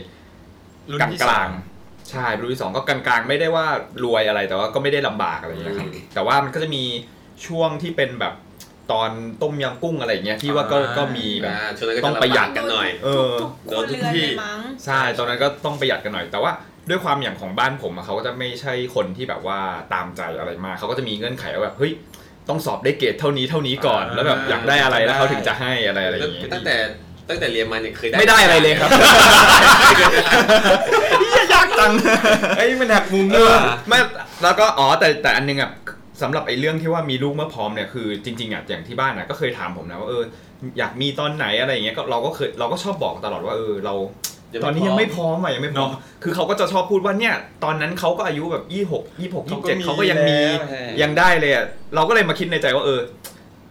B: รุ่น
A: กลาง
B: ที่
A: ก
B: สา
A: ลาง
B: ม
A: ๆใช่รุ่นที่สองก็กลางกลางๆไม่ได้ว่ารวยอะไรแต่ว่าก็ไม่ได้ลำบากอะไรอย่างเงี้ยครับ
F: อืม
A: แต่ว่ามันก็จะมีช่วงที่เป็นแบบตอนต้มยำกุ้งอะไรอย่างเงี้ยที่ว่าก็
B: อ่า
A: ก็มีแบบ
F: อ่าช่วงนั้นก็
A: ต้องประหยัด
F: กันหน่อย
A: เออ
E: ทุกๆคนเรือนเลยมั้ง
A: ใช่ตอนนั้นก็ต้องประหยัดกันหน่อย แต่ว่าด้วยความอย่างของบ้านผมอะเขาก็จะไม่ใช่คนที่แบบว่าตามใจอะไรมากเขาก็จะมีเงื่อนไขว่าแบบเฮ้ยต้องสอบได้เกรดเท่านี้เท่านี้ก่อน
B: อ่า
A: แล้วแบบอยากได้อะไรแล้วเขาถึงจะให้อะไรอะไรอ
F: แล้ว
A: ย่างเงี้ย
F: ตั้งแต่ตั้งแต่เรียนมาเนี่ยเคยได้
A: ไม่ได้อะไรเลยครับ ยากจัง
B: เอ้ยมันหักมุม
A: เอ
B: เน
A: อ
B: อะ
A: ไม่แล้วก็อ๋อแต่แต่อันนึงอ่ะสำหรับไอ้เรื่องที่ว่ามีลูกเมื่อพร้อมเนี่ยคือจริงๆอ่ะอย่างที่บ้านอ่ะก็เคยถามผมนะว่าเอออยากมีตอนไหนอะไรอย่างเงี้ยก็เราก็เคยเราก็ชอบบอกตลอดว่าเออเรา ตอนนี้ยังไม่พร้อมอ่ะยังไม่พร้อมคือเขาก็จะชอบพูดว่าเนี่ยตอนนั้นเขาก็อายุแบบยี่หกยี่หกยี่เจ็ด
B: เขา
A: เขา
B: ก็
A: ก็
B: มี
A: ยังมี
B: แล้วฮะ
A: ยังได้เลยอ่ะเราก็เลยมาคิดในใจว่าเออ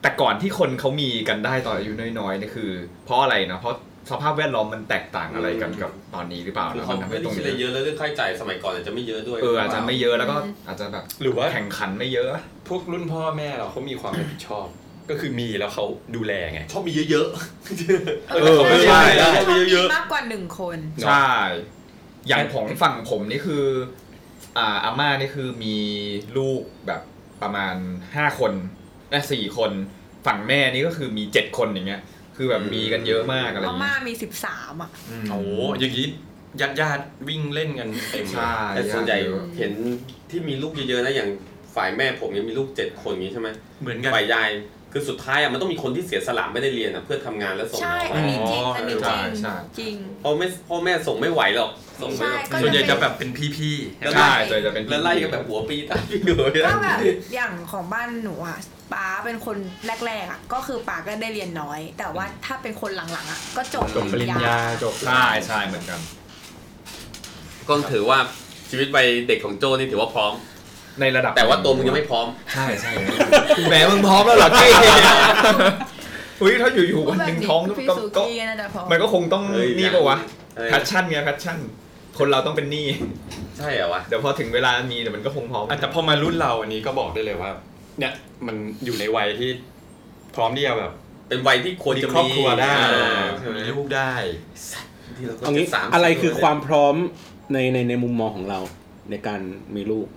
A: แต่ก่อนที่คนเขามีกันได้ตอนอายุน้อยๆเนี่ยคือ เพราะอะไรนะเพราะสภาพแวดล้อมมันแตกต่างอะไรกันกับตอนนี้หรือเปล่า
F: คือ
A: นะ
F: เขา
A: มันทำ
F: ไม่
A: ให้
F: ได้
A: ตรง
F: คิดอะไร
A: นี้
F: เยอะแล้วเรื่องค่าใช้จ่ายสมัยก่อนอาจจะไม่เยอะด้วย
A: เอออาจจะไม่เยอะแล้วก็
E: อืม
A: อาจจะแบบ
B: หรือว่า
A: แข่งขันไม่เยอะ
B: พวกรุ่นพ่อแม่เราเขามีความรับผิดชอบ ก็คือมีแล้วเขาดูแลไง
F: ชอบมีเยอะ ๆ
A: เออ
E: ไม่
A: ใช่
E: ได้
F: ได้เยอะ
E: มากกว่าหนึ่งคน
A: ใช่ อย่างของฝั่งผมนี่คืออ่าอาม่านี่คือมีลูกแบบประมาณห้าคนและสี่คน ฝั่งแม่นี่ก็คือมีเจ็ดคนอย่างเงี้ย คือแบบมีกันเยอะมากอะไรอ
E: มา
A: ย่าง
E: ม่า
A: เงี้ย
E: มีสิบสามอ่ะ
A: อืม
B: โอ้โหอย่างนี้ญาติญาติๆวิ่งเล่นกันเต็มเลย
A: ใช่
F: แต่ส่วนใหญ่
A: เยอะ
F: เห็นที่มีลูกเยอะๆนะอย่างฝ่ายแม่ผมยังมีลูกเจ็ดคนนี้ใช่ไหม
B: เหมือนกัน
F: ฝ่ายยาย คือสุดท้ายอ่ะมันต้องมีคนที่เสียสละไม่ได้เรียนอ่ะเพื่อทำงานและส่ง
E: ใช่
F: เรา
E: อันนี้จริง
A: อ๋ออั
E: อันนี้
A: ใช่ใช่
E: จริง
F: พ่อแม่พ่อแม่ส่งไม่ไหวหรอกส่งไม่ไห
E: ใช่
F: ว
E: ก็
B: ส่วนใหญ่
E: เป็น
B: จะแบบเป็นพี่ๆ
F: แล้ว
A: ใช่โดยจะเป็น
F: แล้วไล่กันแบบหัวปีตายพี่เหนื่อย
E: ก็แบบอย่างของบ้านหนูอะป้าเป็นคนแรกๆอะก็คือป้าก็ได้เรียนน้อย แต่ว่าถ้าเป็นคนหลังๆอะก็จบ
B: จบปริญญา
E: จบ
A: ใช่ใช่เหมือนกัน
F: ก็ถือว่าชีวิตใบเด็กของโจนี่ถือว่าพร้อม
A: ในระดับ
F: แต่ว่าตัวมึงยังไม่พร้อม
A: ใช่ใช่แหมมึงพร้อมแล้วเหรอเก้อุ้ยถ้าอยู่ๆวันหนึ่งท้องก็
E: พี่
A: ก็
E: สุ
A: ก็
E: กี้นะแต่พอ
A: มันก็คงต้อง
F: เฮ้ย
A: นี่ปะวะแพชชั่นไงแพชชั่น คนเราต้องเป็นหนี้
F: ใช่เหรอวะ
A: เดี๋ยวพอถึงเวลามีเดี๋ยวมันก็คงพร้อม
B: อ่ะแต่พอมารุ่นเราอันนี้ก็บอกได้เลยว่า เนี่ยมันอยู่ในวัยที่พร้อมที่จะแบบ
F: เป็นวัยที่ควร
B: มี
F: จะ
B: ครอบครัวได้
F: เออใช่ไหม
B: มีลูกได้
F: ที่เราก็
C: เอางี้
F: สามสิบ
C: อะไรคือความพร้อมในในในมุมมองของเราในการมีลูก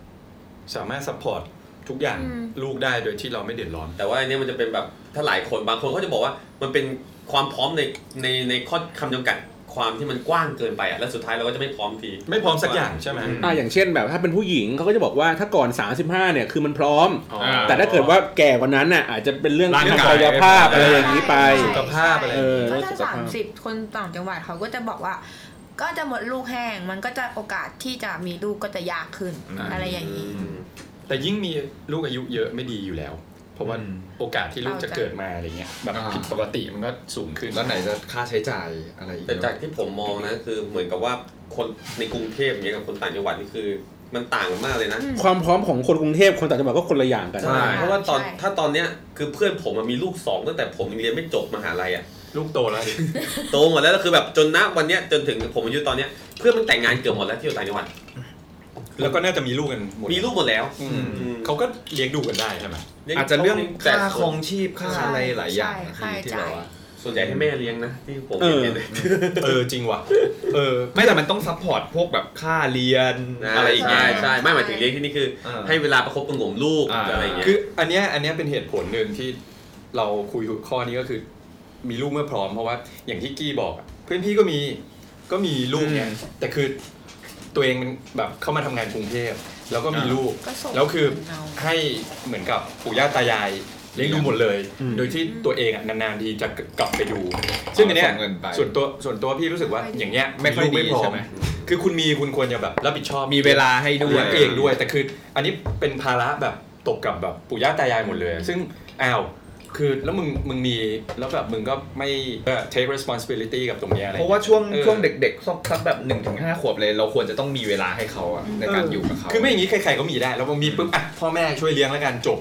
B: สามารถซัพพอร์ตทุกอย่างลูกได้โดยที่เราไม่เดือดร้อน
F: แต่ว่าอันเนี้ยมันจะเป็นแบบถ้าหลายคนบางคนเขาจะบอกว่ามันเป็นความพร้อมในในในข้อคำจำกัดความที่มันกว้างเกินไปอ่ะแล้วสุดท้ายเราก็จะไม่พร้อมที
B: ไม่พร้อมสักอย่างใช่ไหม
A: อืม
C: อ่าอย่างเช่นแบบถ้าเป็นผู้หญิงเขาก็จะบอกว่าถ้าก่อน 35 เนี่ยคือมันพร้อม
B: อ๋อ
C: แต่ถ้าเกิดว่าแก่กว่านั้นน่ะอาจจะเป็นเรื่อง
A: ร่าง
C: เรื่อง
A: กาย
C: กายภาพอะไรอย่างนี้ไป
B: สุขภาพอะไร
C: เออ
E: ก็ถ้าสามสิบคนต่างจังหวัดเขาก็จะบอกว่า ก็จะหมดลูกแห้งมันก็จะโอกาสที่จะมีลูกก็จะยากขึ้น
A: อืม
E: อะไรอย่างนี้
B: แต่ยิ่งมีลูกอายุเยอะไม่ดีอยู่แล้ว เพราะว่า
A: อืม
B: โอกาสที่ลูกจะเกิดมาอะไรเงี้ยแบบ
A: อ่า
B: ผิดปกติมันก็สูงขึ้น
A: แล้วไหนจะค่าใช้จ่ายอะไรอีก
F: แต่จากที่ผมมองนะคือเหมือนกับว่าคนในกรุงเทพอย่างเงี้ยกับคนต่างจังหวัดนี่คือมันต่างกันมากเลยนะ
C: ความพร้อมของคนกรุงเทพคนต่างจังหวัดก็คนละอย่างกัน
F: ใช่ เพราะว่าตอน
E: ใช่
F: ถ้าตอนเนี้ยคือเพื่อนผมมันมีลูกสองตั้งแต่ผมยังเรียนไม่จบมหาลัยอ่ะ
B: ลูกโตแล้วดิ
F: โตหมดแล้วแล้วคือแบบจนนะวันเนี้ยจนถึงผมอายุตอนเนี้ยเพื่อนมันแต่งงานเกือบหมดแล้วที่อยู่ต่างจังหวัด
B: แล้วก็น่าจะมีลูกกันหมด
F: มีลูกหมดแล้ว
B: อืม
F: อืม
B: เขาก็เลี้ยงดูกันได้ใช่ไหม
A: อาจจะเรื่อง
F: แต่
A: ค่าครองชีพค่าอะไรหลายอย่างนะ
E: ใช่ใช่
A: ที่แบบว่า
F: ส่วนใหญ่ให้แม่เลี้ยงนะที่ผม
C: เออ
F: เห็นเนี่ย
B: เออจริงว่ะเออ
A: ไม่แต่มันต้องซัพพอร์ตพวกแบบค่าเรียน
F: อะ
A: อะไรไรอ
F: อา
A: ย่ย่าง ง
F: เงี้ย
A: เงี้ย
F: ใช่ไม่หมายถึงเลี้ยงที่นี่คือ
A: เออ
F: ให้เวลาประคบประหงมลูก
A: อ่า
F: อะไรอย่างเงี้ย
B: คืออันเนี้ยอันเนี้ยเป็นเหตุผลหนึ่งที่เราคุยหัวข้อนี้ก็คือ มีลูกเมื่อพร้อมเพราะว่าอย่างที่กี้บอกอะเพื่อนพี่ก็มีก็มีลูกเนี่ยแต่คือตัวเองมันแบบเข้ามาทำงานกรุงเทพแล้วก็มีลูก
E: ก็ส่ง
B: แล้วคือ
E: เงา
B: ให้เหมือนกับปู่ย่าตายายเลี้ยงดูหมดเลย
C: อืม
B: โดยที่ตัวเองอะนานๆทีจะกลับไปดู ซึ่งอันเนี้ย
A: ส่งเงินไป
B: ส่วนตัวส่วนตัวพี่รู้สึกว่าอย่างเงี้ย
A: ไม่ค่อย
B: ลูก
A: ดีใช่ไหม
B: คือคุณมีคุณควรจะแบบรับผิดชอบ
A: มีเวลาให้ด้
B: เลี้
A: วย ย
B: งเองด้วยแต่คืออันนี้เป็นภาระแบบตกกับแบบปู่ย่าตายายหมดเลย ซึ่งอ้าวคือแล้วมึงมึงมีแล้วแบบมึงก็ไม่เอ่อ take responsibility กับตรงเนี้ยอะไร
A: เพราะว่าช่วง
B: เออ
A: ช่วงเด็กๆสักสักแบบหนึ่งถึงห้าขวบเลย เราควรจะต้องมีเวลาให้เขาอะในการอยู่กับเขา
B: คือไม่อย่างนี้ใครๆก็มีได้ แล้วพอมีปุ๊บอ่ะพ่อแม่ช่วยเลี้ยงแล้วกันจบ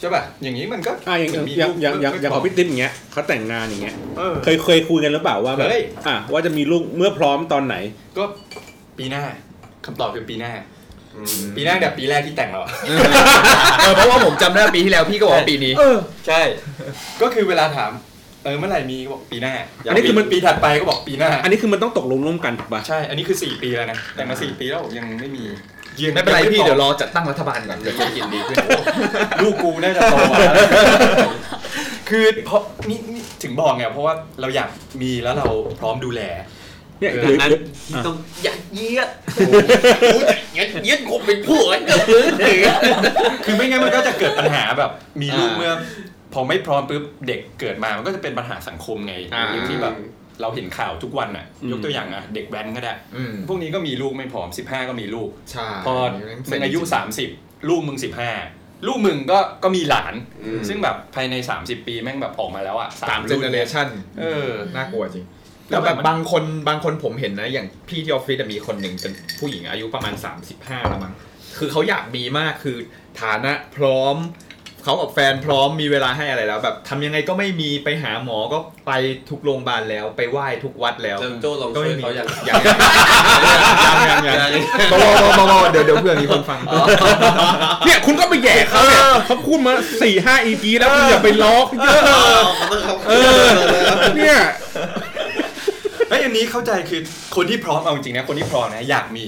B: ใช่ป่ะอย่างนี้มันก็
C: อ่าอย่าง
B: มี
C: อย่าง
B: ลูก
C: อย่างอย่าง
B: ไม่
C: อย่างของ
B: พ
C: พี่ติ๊บอย่างเงี้ยเขาแต่งงานอย่างเงี้ย
B: เออ
C: เคยเคยคุยกันหรือเปล่าว่าแบบ
B: เฮ้ย
C: อ่ะว่าจะมีลูกเมื่อพร้อมตอนไหน
B: ก็ปีหน้าคำตอบคือปีหน้า
A: อืม
B: ปีหน้าแบบปีแรกที่แต่งเรา
A: เออเพราะว่าผมจำได้ปีที่แล้วพี่ก็บอกว่าปีนี้
C: เออ
B: ใช่ ก็คือเวลาถามเออเมื่อไหร่มีก็บอกปีหน้า
C: อันนี้คือมัน
B: ปีถัดไปก็บอกปีหน้า
C: อันนี้คือมันต้องตกลงร่วมกันถูกป่ะ
B: ใช่ อันนี้คือ 4 ปีแล้วนะ แต่งมา 4 ปีแล้วยังไม่มี
A: ไม่เป็นไรพี่เดี๋ยวรอจัดตั้งรัฐบาลก่อนเดี๋ยวจะกินดีขึ้น
B: ลูกกูน่าจะโตกว่า แล้วคือเพราะนี่นี่ถึงบอกไงเพราะว่าเราอยากมีแล้วเราพร้อมดูแล
C: เนี่ย
B: เออ
C: หรือ
F: นั้น
C: หรือ
F: ที่ต้องอยัดเยียดกูจะยัดเยียดกูเป็นผัวเกิน
B: คือไม่งั้นมันก็จะเกิดปัญหาแบบ มีลูกเมื่อ พอไม่พร้อมปุ๊บเด็กเกิดมามันก็จะเป็นปัญหาสังคมไง
A: อ่า
B: อย่างที่แบบเราเห็นข่าวทุกวันอ่ะ ยกตัวอย่างอ่ะเด็กแว้นก็ได้
A: อืม
B: พวกนี้ก็มีลูกไม่พร้อม 15 ก็มีลูก
A: ใช่
B: พอมึงอายุ 30 ลูกมึง 15 ลูกมึงก็ก็มีหลาน ซึ่งแบบภายใน 30 ปีแม่งแบบออกมาแล้วอ่ะ
A: สามเจ
B: รุ่
A: เนอเรชั่น
B: เออ
A: น่ากลัวจริง
B: แล้
A: แล้ว ว
B: แบ
A: แบบ บ
B: มัน
A: บางคนบางคนผมเห็นนะ อย่างพี่ที่ออฟฟิศอะมีคนหนึ่งเป็นผู้หญิงอายุประมาณ 35 แล้วมั้งคือเขาอยากมีมากคือฐานะพร้อม เขากับแฟนพร้อมมีเวลาให้อะไรแล้ว แบบทำยังไงก็ไม่มีไปหาหมอก็ไปทุกโรงพยาบาลแล้วไปไหว้ทุกวัดแล้ว
F: แล้วโจลอง
A: ก็
F: ช่วย
A: ไม่มี
F: เขายัง
A: อย่างอย่างอย่างอย่างบอบอบอบเดี๋ยวเดี๋ยวเพื่อนมีคนฟัง
C: เนี่ยคุณก็ไปแย่เขาเนี่ยเขาพูดมาสี่ห้า EP แล้วคุณอย่าไปล้อเขาเยอะเออเนี่ย
B: ไอ้ยอันนี้เข้าใจคือคนที่พร้อมเอาจริงๆนะ คนที่พร้อมนะอยากมี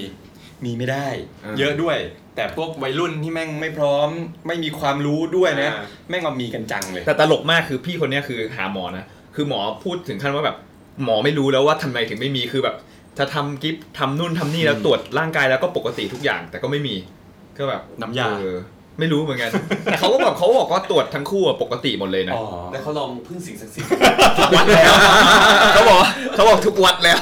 B: มีไม่ได้
A: อ่า
B: เยอะด้วย แต่พวกวัยรุ่นที่แม่งไม่พร้อม ไม่มีความรู้ด้วยนะ
F: อ่า
B: แม่งก็มีกันจังเลย
A: แต่ตลกมากคือพี่คนเนี้ยคือหาหมอนะ คือหมอพูดถึงขั้นว่าแบบหมอไม่รู้แล้วว่าทำไมถึงไม่มีคือแบบจะทำกิฟทำนู่นทำนี่แล้วตรวจร่างกายแล้วก็ปกติทุกอย่าง แต่ก็ไม่มี ก็แบบ
B: น้ำยา
A: เออ ไม่รู้เหมือนกัน แต่เขาก็บอกเขาบอกว่าตรวจทั้งคู่อะปกติหมดเลยนะ
B: อ๋อ
F: แล้วเขาลองพึ่งสิ่งศักดิ์สิทธิ์
A: วัดแล้วเขาบอกเขาบอกทุกวัดแล้ว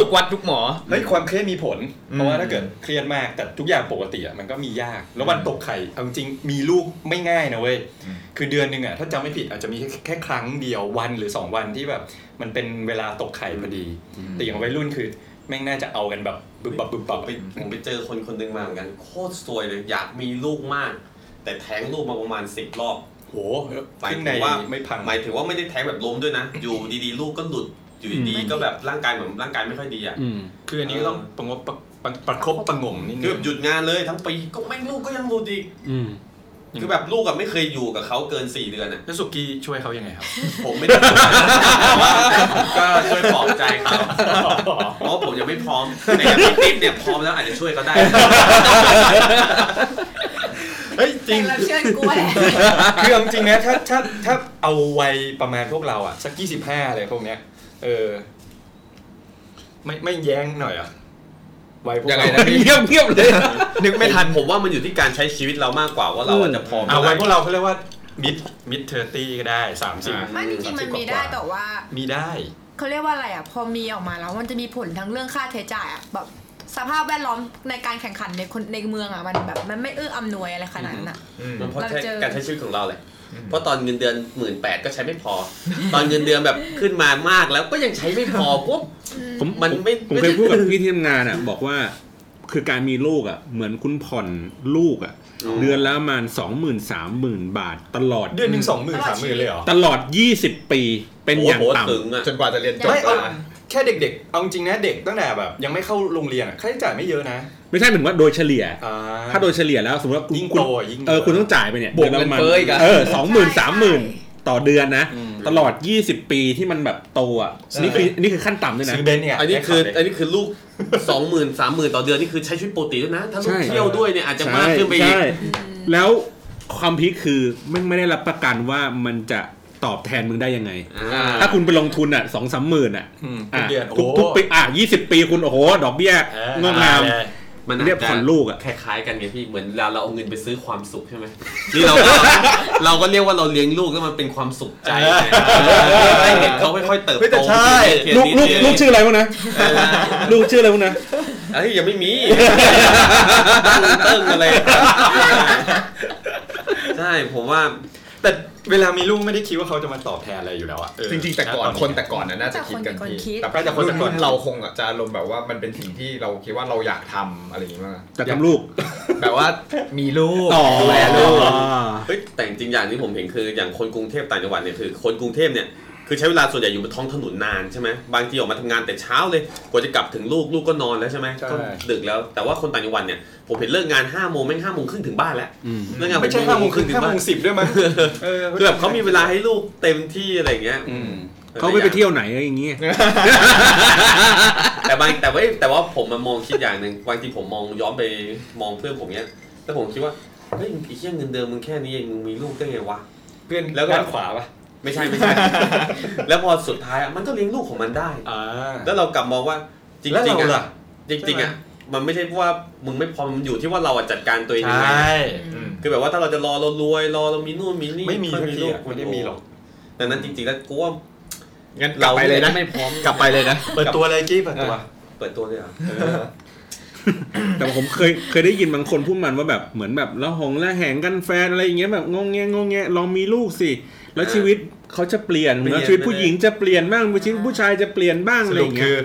A: ทุกวัดทุกหมอ
B: เฮ้ยความเครียดมีผล
A: อืม
B: เพราะว่าถ้าเกิดเครียดมากแต่ทุกอย่างปกติอ่ะมันก็มียาก แล้ววันตกไข่เอาจริงๆมีลูกไม่ง่ายนะเว้ย คือเดือนหนึ่งอ่ะถ้าจำไม่ผิดอาจจะมีแค่แค่ครั้งเดียววันหรือ 2 วันที่แบบมันเป็นเวลาตกไข่พอดี แต่อย่างวัยรุ่นคือแม่งน่าจะเอากันแบบบึบบับบึบบับ
F: ไปผมไปเจอคนคนหนึ่งมาเหมือนกัน โคตรซวยเลยอยากมีลูกมาก แต่แท้งลูกมาประมาณสิบรอบ
B: โอ้โห
F: หมาย
B: ขึ้นใน
F: ถึงว่า
B: ไม่พัง
F: หมายถึงว่าไม่ได้แท้งแบบล้มด้วยนะ อยู่ดีๆ ลูกก็หลุดอยู่ดีๆก็แบบร่างกายเหมือนร่างกายไม่ค่อยดีอ่ะ
C: อืม
B: คืออันนี้ก็ต้องประงบประประประคบประหงมนิด
F: คือ
B: นึ
F: แบ
B: ง
F: บหยุดงานเลยทั้งปีก็แม่งลูกก็ยังหลุดอีก
C: อืม
F: คือแบบลูกอะไม่เคยอยู่กับเขาเกินสี่เดือนอ่ะ
B: แล้วสุกี้ช่วยเขายังไงครับ
F: ผมไม่ได้ ก็ช่วยปลอบใจเขาเพราะผมยังไม่พร้อมแต่อย่างพี่ติ๊บเนี่ยพร้อมแล้วอาจจะช่วยเขาได้
B: เฮ้ยจริง
E: แขกรับเชิญกูแหละ
B: คือเอาจริงนะถ้าถ้าถ้าเอาวัยประมาณพวกเราอ่ะ สักยี่สิบห้าเลยพวกเนี้ย เออ ไม่ไม่แย้งหน่อยเหรอ่ะวัยพวก
A: ยังไง
B: เรา
A: นะพี่
C: เงียบเงียบเลย
A: นึกไม่ทัน
F: ผมว่ามันอยู่ที่การใช้ชีวิตเรามากกว่าว่าเราอาจจะพร้อม
B: เอา
F: เท่าไห
B: วัย
F: ร่
B: พวกเราเขาเรียกว่ามิดมิดเทอร์ตี้ก็ได้สามสิบ
A: อ่า
E: ไม่จริงๆมันมีได้แต่ว่า
B: มีได้
E: เขาเรียกว่าอะไรอ่ะ พอมีออกมาแล้วมันจะมีผลทั้งเรื่องค่าใช้จ่ายอ่ะแบบสภาพแวดล้อมในการแข่งขันในคนในเมืองอ่ะมันแบบมันไม่เอื้ออำนวยอะไรขนาดนั้นอ่ะ
A: อืม
F: มันเพราะใช้
E: เราเจอ
F: การใช้ชีวิตของเราแหละ
A: อืม
F: เพราะตอนเงินเดือนหมื่นแปดก็ใช้ไม่พอ ตอนเงินเดือนแบบขึ้นมามากแล้วก็ยังใช้ไม่พอปุ๊บ
C: ผม
F: มันไม่
C: ผมเคยพูดกับพี่ที่ทำงานอ่ะ บอกว่าคือการมีลูกอ่ะ เหมือนคุณผ่อนลูกอ่ะ
F: อ๋อ
C: เดือนละประมาณสองหมื่นสามหมื่นบาทตลอด
B: เดือนหนึ่งสองหมื่นสามหมื่นเลยเหรอ
C: ตลอดยี่สิบปีเป็นอย่าง
F: โโห
C: ต่ำ
F: ถึงอะ
A: จนกว่าจะเรียนจบ
B: ไม่เอา
A: มา
B: แค่เด็กๆ เอาจริงนะเด็กตั้งแต่แบบ ยังไม่เข้าโรงเรียนอะค่าใช้จ่ายไม่เยอะนะ
C: ไม่ใช่เหมือนว่าโดยเฉลี่ย
B: อ่า
C: ถ้าโดยเฉลี่ยแล้วสมมติว่าคุณ
B: ยิ่ง
C: คุณ
B: โตอ่ะยิ่งเยอะ
C: เออคุณต้องจ่ายไปเนี่ย
A: บวกเงินเฟ้ออีกอ่ะ
C: เออสองหมื่นสามหมื่น
E: ใช่
C: ต่อเดือนนะ
B: อืม
C: ตลอด 20 ปีที่มันแบบโตอ่ะนี่คือนี่คือขั้นต่ำด้วยนะ
B: ซื้อเบนซ์เนี่ย
F: อันนี้
B: ให้ขับ
F: คือ
B: เลย
F: อันนี้คือลูกสองหมื่นสามหมื่นต่อเดือนนี่คือใช้ชีวิตปกติด้วยนะ ถ้าลูก
C: ใช่
F: เที่ยวด้วยเนี่ยอาจจะมากขึ้นไปอีก
C: ใช่แล้วความพีคคือไม่งไม่ได้รับประกันว่ามันจะตอบแทนมึงได้ยังไง
F: อ่า
C: ถ้าคุณไปลงทุนอ่ะสองสามหมื่นอ่ะ
B: อืม
C: อ่ะ
B: ทุกเดือน
C: ทุก
B: โอ้
C: ทุกปีอ่ะยี่สิบปีคุณโอ้โห ดอกเบี้ย
B: เออง
C: อกงาม
B: เลย
F: มันอาจ
C: เรียก
F: จะ
C: ผ่อนลูกอะ
F: คล้ายๆกันไงพี่เหมือนเราเราเอาเงินไปซื้อความสุขใช่ไหมนี่เราก็ เราก็เรียกว่าเราเลี้ยงลูกแล้วมันเป็นความสุขใจไงได้เห็นเขาค่อยๆเติบ
B: เฮ้ย
F: โต
B: แต่ใช่
F: ขึ้น
C: ลูก
F: เรื่อยๆ
C: ลูกลูกชื่ออะไรวะนะ
F: เออ
C: ลูกชื่ออะไรวะนะ
F: เอ้ยยังไม่มีตั้งเติ้งอะไรใช่ผมว่า
B: แต่เวลามีลูกไม่ได้คิดว่าเขาจะมาตอบแทนอะไรอยู่แล้วอะเออ
A: จริงๆแต่ก่อน
B: ณ
A: คนแต่ก่อนนะน่าจะคิดกัน
E: แต่คนแต่ก่อนคิ
A: ที
E: ด
A: แต่แต่คนรุ่นเราคงอะจะอารมณ์แบบว่ามันเป็นสิ่งที่เราคิดว่าเราอยากทำอะไรอย่างเงี้ย
C: จะทำลูก
A: แบบว่ามีลูก
C: ต่อ
A: ดูแลลูก
C: อ๋อ
F: เฮ้ยแต่จริงๆอย่างที่ผมเห็นคืออย่างคนกรุงเทพต่างจังหวัดเนี่ยคือคนกรุงเทพเนี่ยคือใช้เวลาส่วนใหญ่อยู่บนท้องถนนนานใช่ไหมบางทีออกมาทำงานแต่เช้าเลยกว่าจะกลับถึงลูกลูกก็นอนแล้วใช่ไหมก็ดึกแล้วแต่ว่าคนต่างจังหวัดเนี่ยผมเห็นเลิกงาน5้าโมงแม่งห้าโมงครึ่งถึงบ้านแล้ว
C: อืม
F: เลิกงาน
B: ไม่ใช่ห้าโมงครึ่งห้าโมงสิบด้วยมั้งเออ
F: คือแบบเขามีเวลาให้ลูกเต็มที่อะไรอย่างเงี้ย
B: อืม
C: เขาไม่ไปเที่ยวไหนอะไรอย่างเงี้ย
F: แต่บางแต่ว่าแต่ว่าผมมามองคิดอย่างหนึ่งบางทีผมมองย้อนไปมองเพื่อนผมเนี่ยแล้วผมคิดว่าเฮ้ยไอ้เชี่ยเงินเดิมมึงแค่นี้เองมึงมีลูกได้ไงวะ
B: เพื่อน
F: แล้วก็
B: ด้านขวาปะ
F: ไม่ใช่ไม่ใช่ แล้วพอสุดท้ายอะมันก็เลี้ยงลูกของมันได้
B: อ่า
F: แล้วเรากลับมองว่าจริง
B: แล้ว
F: จริง
B: เรา
F: อ่ะ
B: ล่ะ
F: จริงๆอ่ะมันไม่ใช่ว่ามึงไม่พร้อมมันอยู่ที่ว่าเราอะจัดการตัวเองยังไงคือแบบว่าถ้าเราจะรอเรารวยรอเรามีนู่นมีนี่
B: ไม่มี
F: ค่อย
B: สักที
F: ลูก
B: อะไม่ได้มีหรอก
F: ดังนั้นจริงๆแล้วกูว่า
A: งั้นกลั
F: เรา
A: บไปเลยนะ
F: ไม่พร้อม
A: กลับไปเลยนะ
B: เปิดตัวเลยกี้เปิดตัว
F: เปิดตัวเลยเหรอ่ะ
C: แต่ผมเคยเคยได้ยินบางคนพูดมันว่าแบบเหมือนแบบละหองละแหงกันแฟนอะไรอย่างเงี้ยแบบงงแงงงแงลองมีลูกสิ แล้วชีวิตเขาจะเปลี่ยนแล้วชีวิตผู้หญิงจะเปลี่ยนบ้างชีวิตผู้ชายจะเปลี่ยนบ้างอะไรอย่างเงี้ย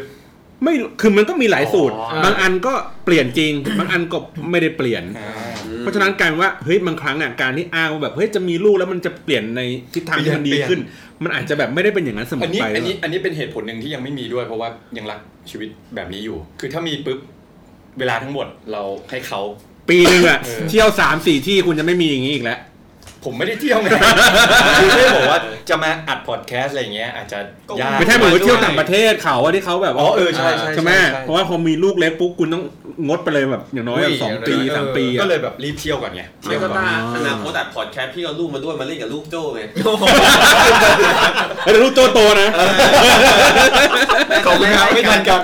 C: ไม่คือมันก็มีหลายสูตร
A: อ๋อ
C: บางอันก็เปลี่ยนจริง บางอันก็ไม่ได้เปลี่ยน เพราะฉะนั้นการว่าเฮ้ยบางครั้งอ่ะการที่อ้างว่าแบบเฮ้ยจะมีลูกแล้วมันจะเปลี่ยนในทิศทางที่มันดี
B: เปลี่ยน
C: ขึ้น มันอาจจะแบบไม่ได้เป็นอย่างนั้นเสม
B: อั
C: อน
B: นี้
C: ไป
B: อันนี้อันนี้เป็นเหตุผลหนึ่งที่ยังไม่มีด้วย เพราะว่ายังรักชีวิตแบบนี้อยู่ คือถ้ามีปุ๊บเวลาทั้งหมดเราให้เขา
C: ปีหนึ่งอ่ะ
B: เออ
C: เที่ยวสามสี่ที่คุณจะไม่มีอย่างนี้อีกแล้ว
B: ผมไม่ได้เที่ยว ไง คือไม่ได้บอกว่าจะมาอัดพอดแคสต์อะไรอย่างเงี้ยอาจจะยาก
C: ไม่ใช่เหมือนว่าเที่ยวต่างประเทศเขาอะที่เขาแบบ
B: อ๋อเออใช่ใช่
C: ใช่ไหม
B: ใช่ใช่
C: เพราะว่าพอมีลูกเล็กปุ๊บคุณต้องงดไปเลยแบบอย่างน้อยแบบ
A: อุ้ย
C: สองปี
A: อย่างน้อย
C: สามปี
B: ก็
C: อะ
B: เลยแบบรีบเที่ยวก่อนไง
F: ไม่
B: เที่ยว
F: ก็
B: ก่อน
F: ถ้าอนาคตอัดพอดแคสต์พี่เอาลูกมาด้วยมาเล่นกับลูกโจ้ไง
C: เอ้ยแต่ลูกโตโตนะ
A: ขอบคุณครับไม่ทันกัน